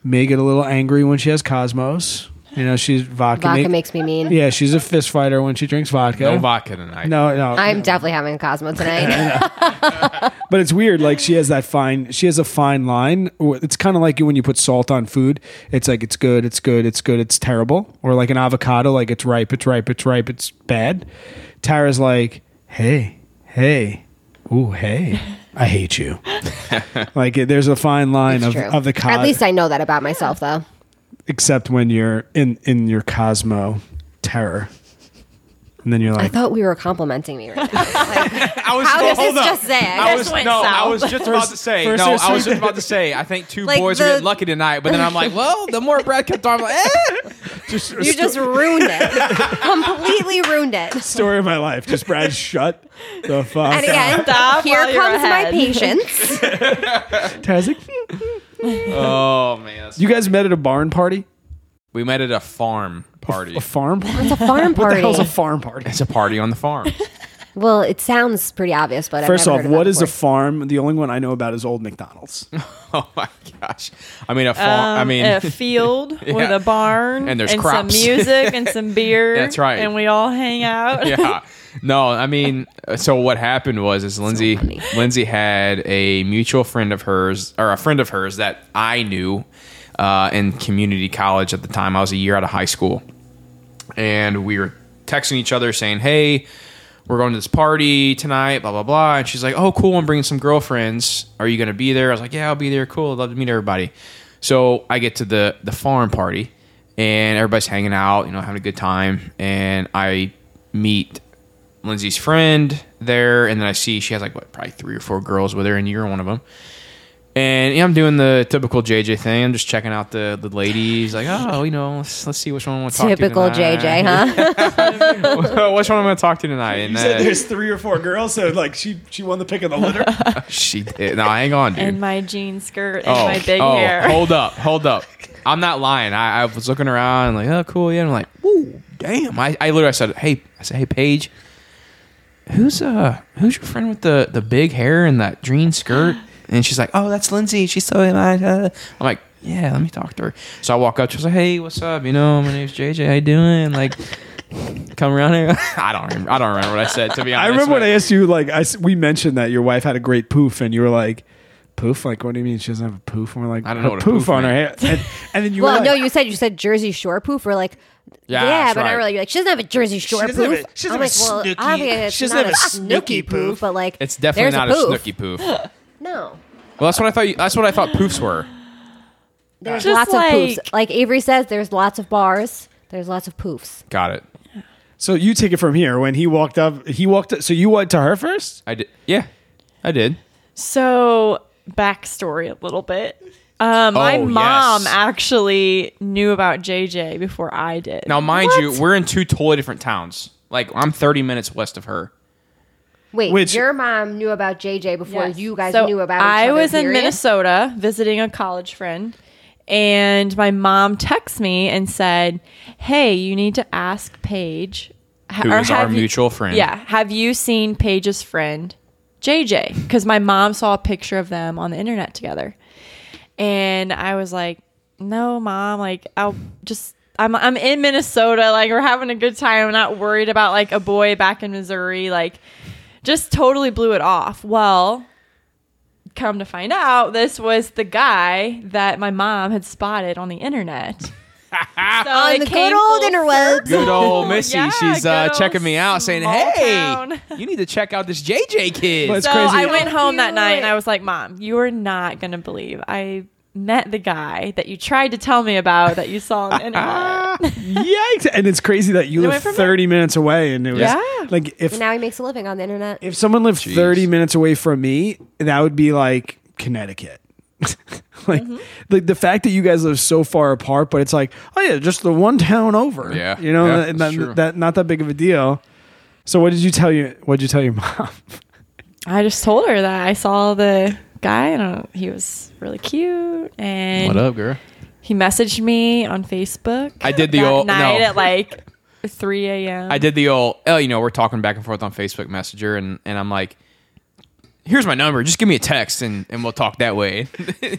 A: may get a little angry when she has Cosmos. You know, she's vodka.
C: Vodka
A: make-
C: makes me mean.
A: yeah, she's a fist fighter when she drinks vodka.
D: No vodka tonight.
A: No, no.
C: I'm definitely having a Cosmo tonight.
A: but it's weird. Like she has that fine, she has a fine line. It's kind of like when you put salt on food. It's like it's good, it's good, it's good, it's terrible. Or like an avocado, like it's ripe, it's ripe, it's ripe, it's bad. Tara's like, hey, hey, ooh, hey, I hate you. like there's a fine line
C: It's
A: of,
C: true.
A: of the cod,
C: At least I know that about myself, though.
A: except when you're in in your Cosmo terror, and then you're
C: I
A: like,
C: thought we were complimenting me right now.
D: I was
C: How
D: no,
C: does
D: hold
C: this
D: up.
C: just say?
D: I
B: This
D: was
B: went
D: no, I
B: south.
D: was just about to say.
A: First
D: no,
A: or
D: I was
A: second-
D: just about to say. I think two
C: Like
D: boys
C: the-
D: are getting lucky tonight, but then I'm like, well, the more Brad kept on, I'm like, eh.
A: just
C: You just ruined it. Completely ruined it.
A: story of my life. Just Brad, shut the fuck.
C: And
A: up.
C: again,
B: Stop
C: here
B: while you're
C: comes my
B: ahead.
C: patience.
A: Tara's like,
D: Oh man, that's-
A: you guys met at a barn party.
D: we met at a farm party.
A: A farm party?
C: It's a farm
A: What the
C: party.
A: hell's a farm party?
D: it's a party on the farm.
C: well, it sounds pretty obvious, but
A: First
C: I've
A: off,
C: never heard of
A: what
C: that
A: is a
C: before.
A: farm? The only one I know about is Old McDonald's.
D: oh my gosh. I mean a farm. I
B: Um,
D: mean
B: a field with a barn
D: And there's
B: some
D: crops.
B: music and some beer.
D: That's right.
B: And we all hang out.
D: yeah. No, I mean, so what happened was is Lindsay
C: funny.
D: Lindsay had a mutual friend of hers or a friend of hers that I knew uh, in community college at the time. I was a year out of high school, and we were texting each other saying, "Hey, we're going to this party tonight." Blah blah blah. And she's like, "Oh, cool! I'm bringing some girlfriends. Are you going to be there?" I was like, "Yeah, I'll be there. Cool. I'd love to meet everybody." So I get to the the farm party, and everybody's hanging out, you know, having a good time, and I meet Lindsay's friend there, and then I see she has like what probably three or four girls with her, and you're one of them. And yeah, I'm doing the typical JJ thing. I'm just checking out the, the ladies, like, oh, you know, let's, let's see which one I want to talk to.
C: Typical
D: tonight.
C: JJ, huh?
D: which one I'm going to talk to tonight? And then-
A: three or four girls, so like she she won the pick of the litter.
D: she did. No, hang on, dude.
B: And my jean skirt
D: Oh,
B: and my big hair.
D: Hold up, hold up. I'm not lying. I, I was looking around like, oh, cool. Yeah, and I'm like, whoa, damn. I, I literally said, hey, I said, hey, Paige, who's uh, who's your friend with the the big hair and that green skirt? And she's like, oh, that's Lindsay. She's so. Uh, I'm like, yeah, let me talk to her. So I walk up to her, I was like, hey, what's up? You know, my name's JJ. How you doing? Like, come around here. I don't remember. I don't remember what I said. To be honest,
A: I remember when
D: but-
A: I asked you, like, I s we mentioned that your wife had a great poof, and you were like, "Poof? Like, what do you mean she doesn't have a poof?" And we're like,
D: I don't
A: "Her
D: know what a
A: poof,
D: poof
A: on her hair."
D: means.
A: And, and then you were
C: Well,
A: like,
C: no, you said you said Jersey Shore poof. We're like,
D: Yeah,
C: yeah,
D: that's
C: but
D: right.
C: not really. You're like, she doesn't have a Jersey Shore
A: doesn't have
C: poof.
A: a- she doesn't
C: I'm like,
A: have a
C: well,
A: snooky-
C: obviously it's
A: she doesn't
C: not
A: have a snooky poof.
C: but like,
D: It's definitely
C: there's
D: not a,
C: poof.
D: snooky poof. Well,
C: No,
D: that's what I thought. You, that's what I thought poofs were.
C: there's
B: Just
C: lots of
B: like-
C: poofs. Like Avery says, there's lots of bars. There's lots of poofs.
D: Got it.
A: "So you take it from here." When he walked up, he walked. Up, so you went to her first.
D: I did. Yeah, I did.
B: So, backstory a little bit. Uh, my
D: Oh,
B: mom
D: yes.
B: actually knew about JJ before I did.
D: Now, mind you, we're in two totally different towns. Like I'm 30 minutes west of her.
C: Wait,
A: Which-
C: your mom knew about JJ before
B: Yes.
C: you guys
B: So
C: knew about.
B: I
C: each other,
B: was in
C: period?
B: Minnesota visiting a college friend, and my mom texted me and said, "Hey, you need to ask Paige, ha-
D: Who
B: or
D: is our
B: have you-
D: mutual friend.
B: Yeah, have you seen Paige's friend, JJ? Because my mom saw a picture of them on the internet together, and I was like, "No, mom, like I'll just." I'm, I'm in Minnesota, like we're having a good time. I'm not worried about like a boy back in Missouri. Like just totally blew it off. Well, come to find out, this was the guy that my mom had spotted on the internet. so
C: on
B: it
C: the
B: came
C: good old
B: full
C: interwebs.
D: Good old
B: Oh,
D: Missy,
B: yeah,
D: she's uh,
B: good old
D: checking me out, saying,
B: small
D: "Hey,
B: town."
D: you need to check out this JJ kid."
A: Let's- It's
B: so
A: crazy.
B: I went home that
C: Cute.
B: night and I was like, Mom, you are not going to believe I met the guy that you tried to tell me about that you saw on the internet.
A: Yikes! And it's crazy that you
B: They
A: live
B: went from
A: thirty minutes away, and it was
B: Yeah.
A: like if
C: And now he makes a living on the internet.
A: if someone lived
D: Jeez.
A: thirty minutes away from me, that would be like Connecticut. like
B: Mm-hmm.
A: the, the fact that you guys live so far apart, but it's like, oh yeah, just the one town over.
D: Yeah.
A: you know,
D: Yeah,
A: and
D: that's
A: that,
D: true.
A: that- not that big of a deal. So what did you tell you? What did you tell your mom?
B: I just told her that I saw the guy and uh, he was really cute. And
D: girl?
B: He messaged me on Facebook.
D: I did the
B: that
D: old- no.
B: night at like 3 a.m.
D: I did the old, oh, you know, we're talking back and forth on Facebook Messenger, and, and I'm like, here's my number. Just give me a text, and, and we'll talk that way.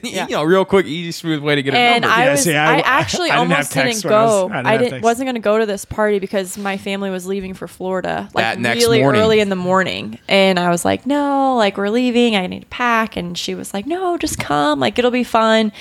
D: You know, real quick, easy, smooth way to get a
B: and
D: number.
B: I
A: Yeah,
B: was
A: see, I-
B: I, actually
A: I didn't have
B: almost didn't
A: text when I was-
B: go.
A: I didn't
B: I
A: have
B: didn't
A: text.
B: wasn't going to go to this party because my family was leaving for Florida like
D: That next
B: really
D: morning.
B: early in the morning, and I was like, no, like we're leaving, I need to pack, and she was like, no, just come, like it'll be fun.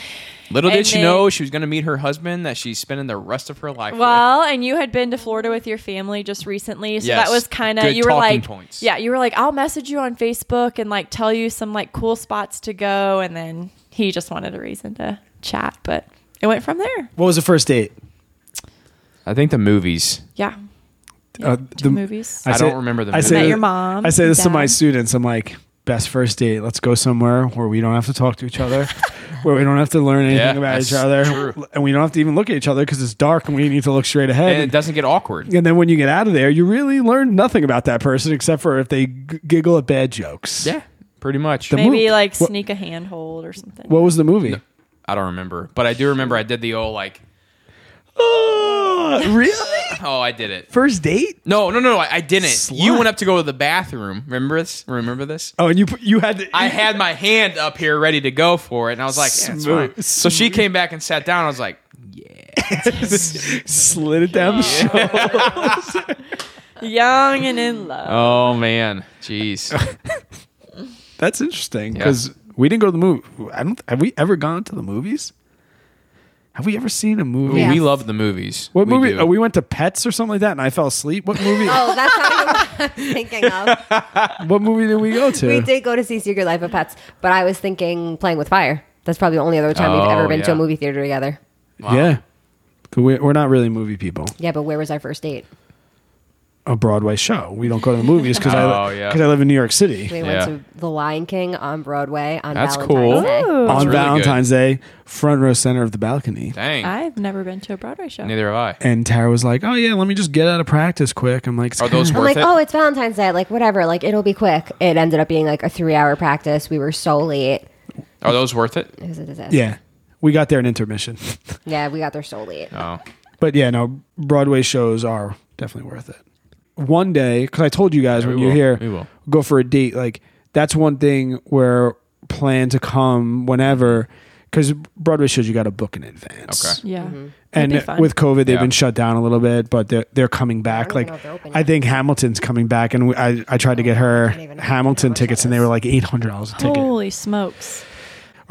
D: Little did
B: and
D: she
B: then-
D: know she was going to meet her husband that she's spending the rest of her life with.
B: Well, and you had been to Florida with your family just recently, so
D: Yes.
B: that was kind of
D: Good
B: you were
D: talking
B: like,
D: points.
B: yeah, you were like, I'll message you on Facebook and like tell you some like cool spots to go, and then he just wanted a reason to chat, but it went from there.
A: What was the first date?
D: I think the movies.
B: Yeah,
A: Uh,
B: two movies.
D: I don't remember the
A: I
D: movie.
A: say
D: Met
A: this-
B: your mom,
A: I say this to
B: your
A: my
B: dad.
A: students. I'm like, best first date. Let's go somewhere where we don't have to talk to each other, where we don't have to learn anything
D: Yeah,
A: about each
D: that's
A: other,
D: true.
A: and we don't have to even look at each other because it's dark and we need to look straight ahead.
D: And it
A: And,
D: doesn't get awkward.
A: then when you get out of there, you really learn nothing about that person except for if they g- giggle at bad jokes.
D: Yeah, pretty much.
A: The-
B: Maybe
A: move.
B: like
A: What-
B: sneak a handhold or something.
A: What was the movie?
D: I don't remember, but I do remember I did the old like,
A: Oh, really?
D: oh, I did it.
A: First date?
D: No, no, no, no, I, I didn't. You
A: Slut.
D: went up to go to the bathroom. Remember this? Remember this?
A: Oh, and you put- you had to,
D: I had my hand up here ready to go for it, and I was like, yeah, it's fine.
A: Smooth.
D: So she came back and sat down. I was like,
A: slid it down the show.
B: Young and in love.
D: oh man, jeez.
A: That's interesting
D: Yeah.
A: because we didn't go to the movie. I don't. Have we ever gone to the movies? Have we ever seen a movie?
C: Yeah.
D: We love the movies.
A: What
D: We
A: movie?
D: do.
A: oh, we went to Pets or something like that, and I fell asleep. What movie?
C: Oh, that's not what I was thinking of.
A: what movie did we go to?
C: We did go to see Secret Life of Pets, but I was thinking Playing with Fire. That's probably the only other time
D: Oh,
C: we've ever been to
D: yeah.
C: a movie theater together.
A: Yeah, 'Cause we- we're not really movie people.
C: Yeah, but where was our first date?
A: A Broadway show. We don't go to the movies because
D: Oh,
A: I
D: yeah.
A: because I live in New York City
C: We
D: Yeah.
C: went to The Lion King on Broadway on
D: That's
C: Valentine's
D: cool.
C: Day.
B: Ooh.
A: on
D: really
A: Valentine's Day, front row center of the balcony.
D: Dang.
B: I've never been to a Broadway show.
D: Neither have I.
A: And Tara was like, "Oh yeah, let me just get out of practice quick." I'm like, it's
D: Are those
A: kinda-
C: I'm
D: Worth
C: like,
D: it?
C: oh, it's Valentine's Day. Like, whatever. Like, it'll be quick. It ended up being like a three hour practice. We were so late.
D: Are those worth it?
C: It was a disaster.
A: yeah?" We got there in intermission,
C: Yeah, we got there so late.
D: Oh,
A: but yeah, no, Broadway shows are definitely worth it. One day, because I told you guys when
D: we
A: you're
D: will.
A: here,
D: We will.
A: go for a date. Like that's one thing where plan to come whenever because Broadway shows you got to book in advance.
D: Okay.
B: Yeah.
A: And
B: That'd be fun.
A: with COVID, they've
D: Yeah.
A: been shut down a little bit, but they're they're coming back.
C: don't even
A: Like
C: know if they're open
A: I
C: yet.
A: think Hamilton's coming back, and we, I I tried to get her
C: don't even know how
A: Hamilton
C: much
A: tickets,
C: that
A: and they
C: is.
A: were like eight hundred dollars a ticket.
B: Holy smokes.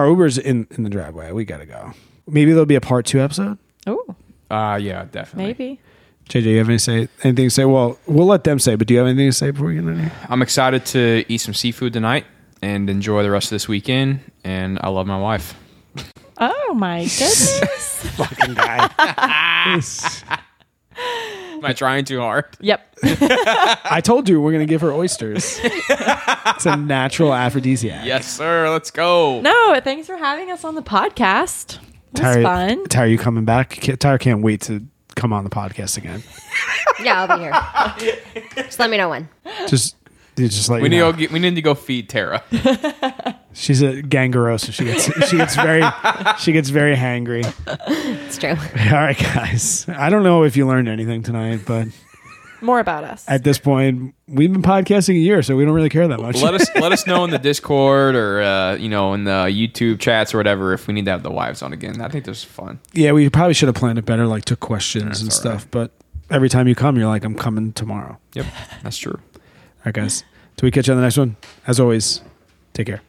A: Our Uber's in in the driveway. We gotta go. Maybe there'll be a part two episode.
B: Oh,
D: Uh, yeah, definitely.
B: maybe.
A: JJ, you have any say anything to say? Well, we'll let them say, but do you have anything to say before we get in here?
D: I'm excited to eat some seafood tonight and enjoy the rest of this weekend. And I love my wife.
B: Oh my goodness.
A: Fucking guy.
D: Am I trying too hard?
B: yep.
A: I told you we're gonna give her oysters. it's a natural aphrodisiac.
D: Yes, sir. Let's go.
B: No, thanks for having us on the podcast. It was
A: Tyra,
B: fun.
A: Tyra, you coming back? Ca- Tyra can't wait to come on the podcast again.
C: Yeah, I'll be here. Just let me know when.
A: Just, you just like
D: We need, to go get, we need to go feed Tara.
A: she's a gangarose, so she gets she gets very she gets very hangry.
C: It's true.
A: All right, guys. I don't know if you learned anything tonight, but
B: More about us.
A: at this point, we've been podcasting a year, so we don't really care that much.
D: let us let us know in the Discord or uh, you know in the YouTube chats or whatever if we need to have the wives on again. I think there's fun.
A: yeah, we probably should have planned it better, like took questions and
D: That's all right.
A: stuff. But every time you come, you're like, I'm coming tomorrow.
D: Yep, that's true.
A: All right, guys. Till we catch you on the next one. As always, take care.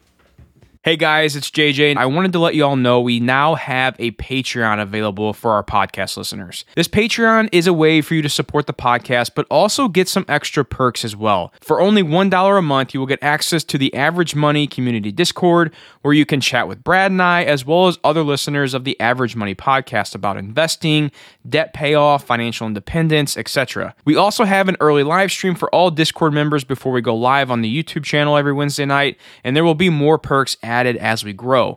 D: Hey guys, it's JJ. I wanted to let you all know we now have a Patreon available for our podcast listeners. This Patreon is a way for you to support the podcast, but also get some extra perks as well. For only $1 a month, you will get access to the Average Money Community Discord, where you can chat with Brad and I, as well as other listeners of the Average Money podcast about investing, debt payoff, financial independence, etc. We also have an early live stream for all Discord members before we go live on the YouTube channel every Wednesday night, and there will be more perks added as we grow.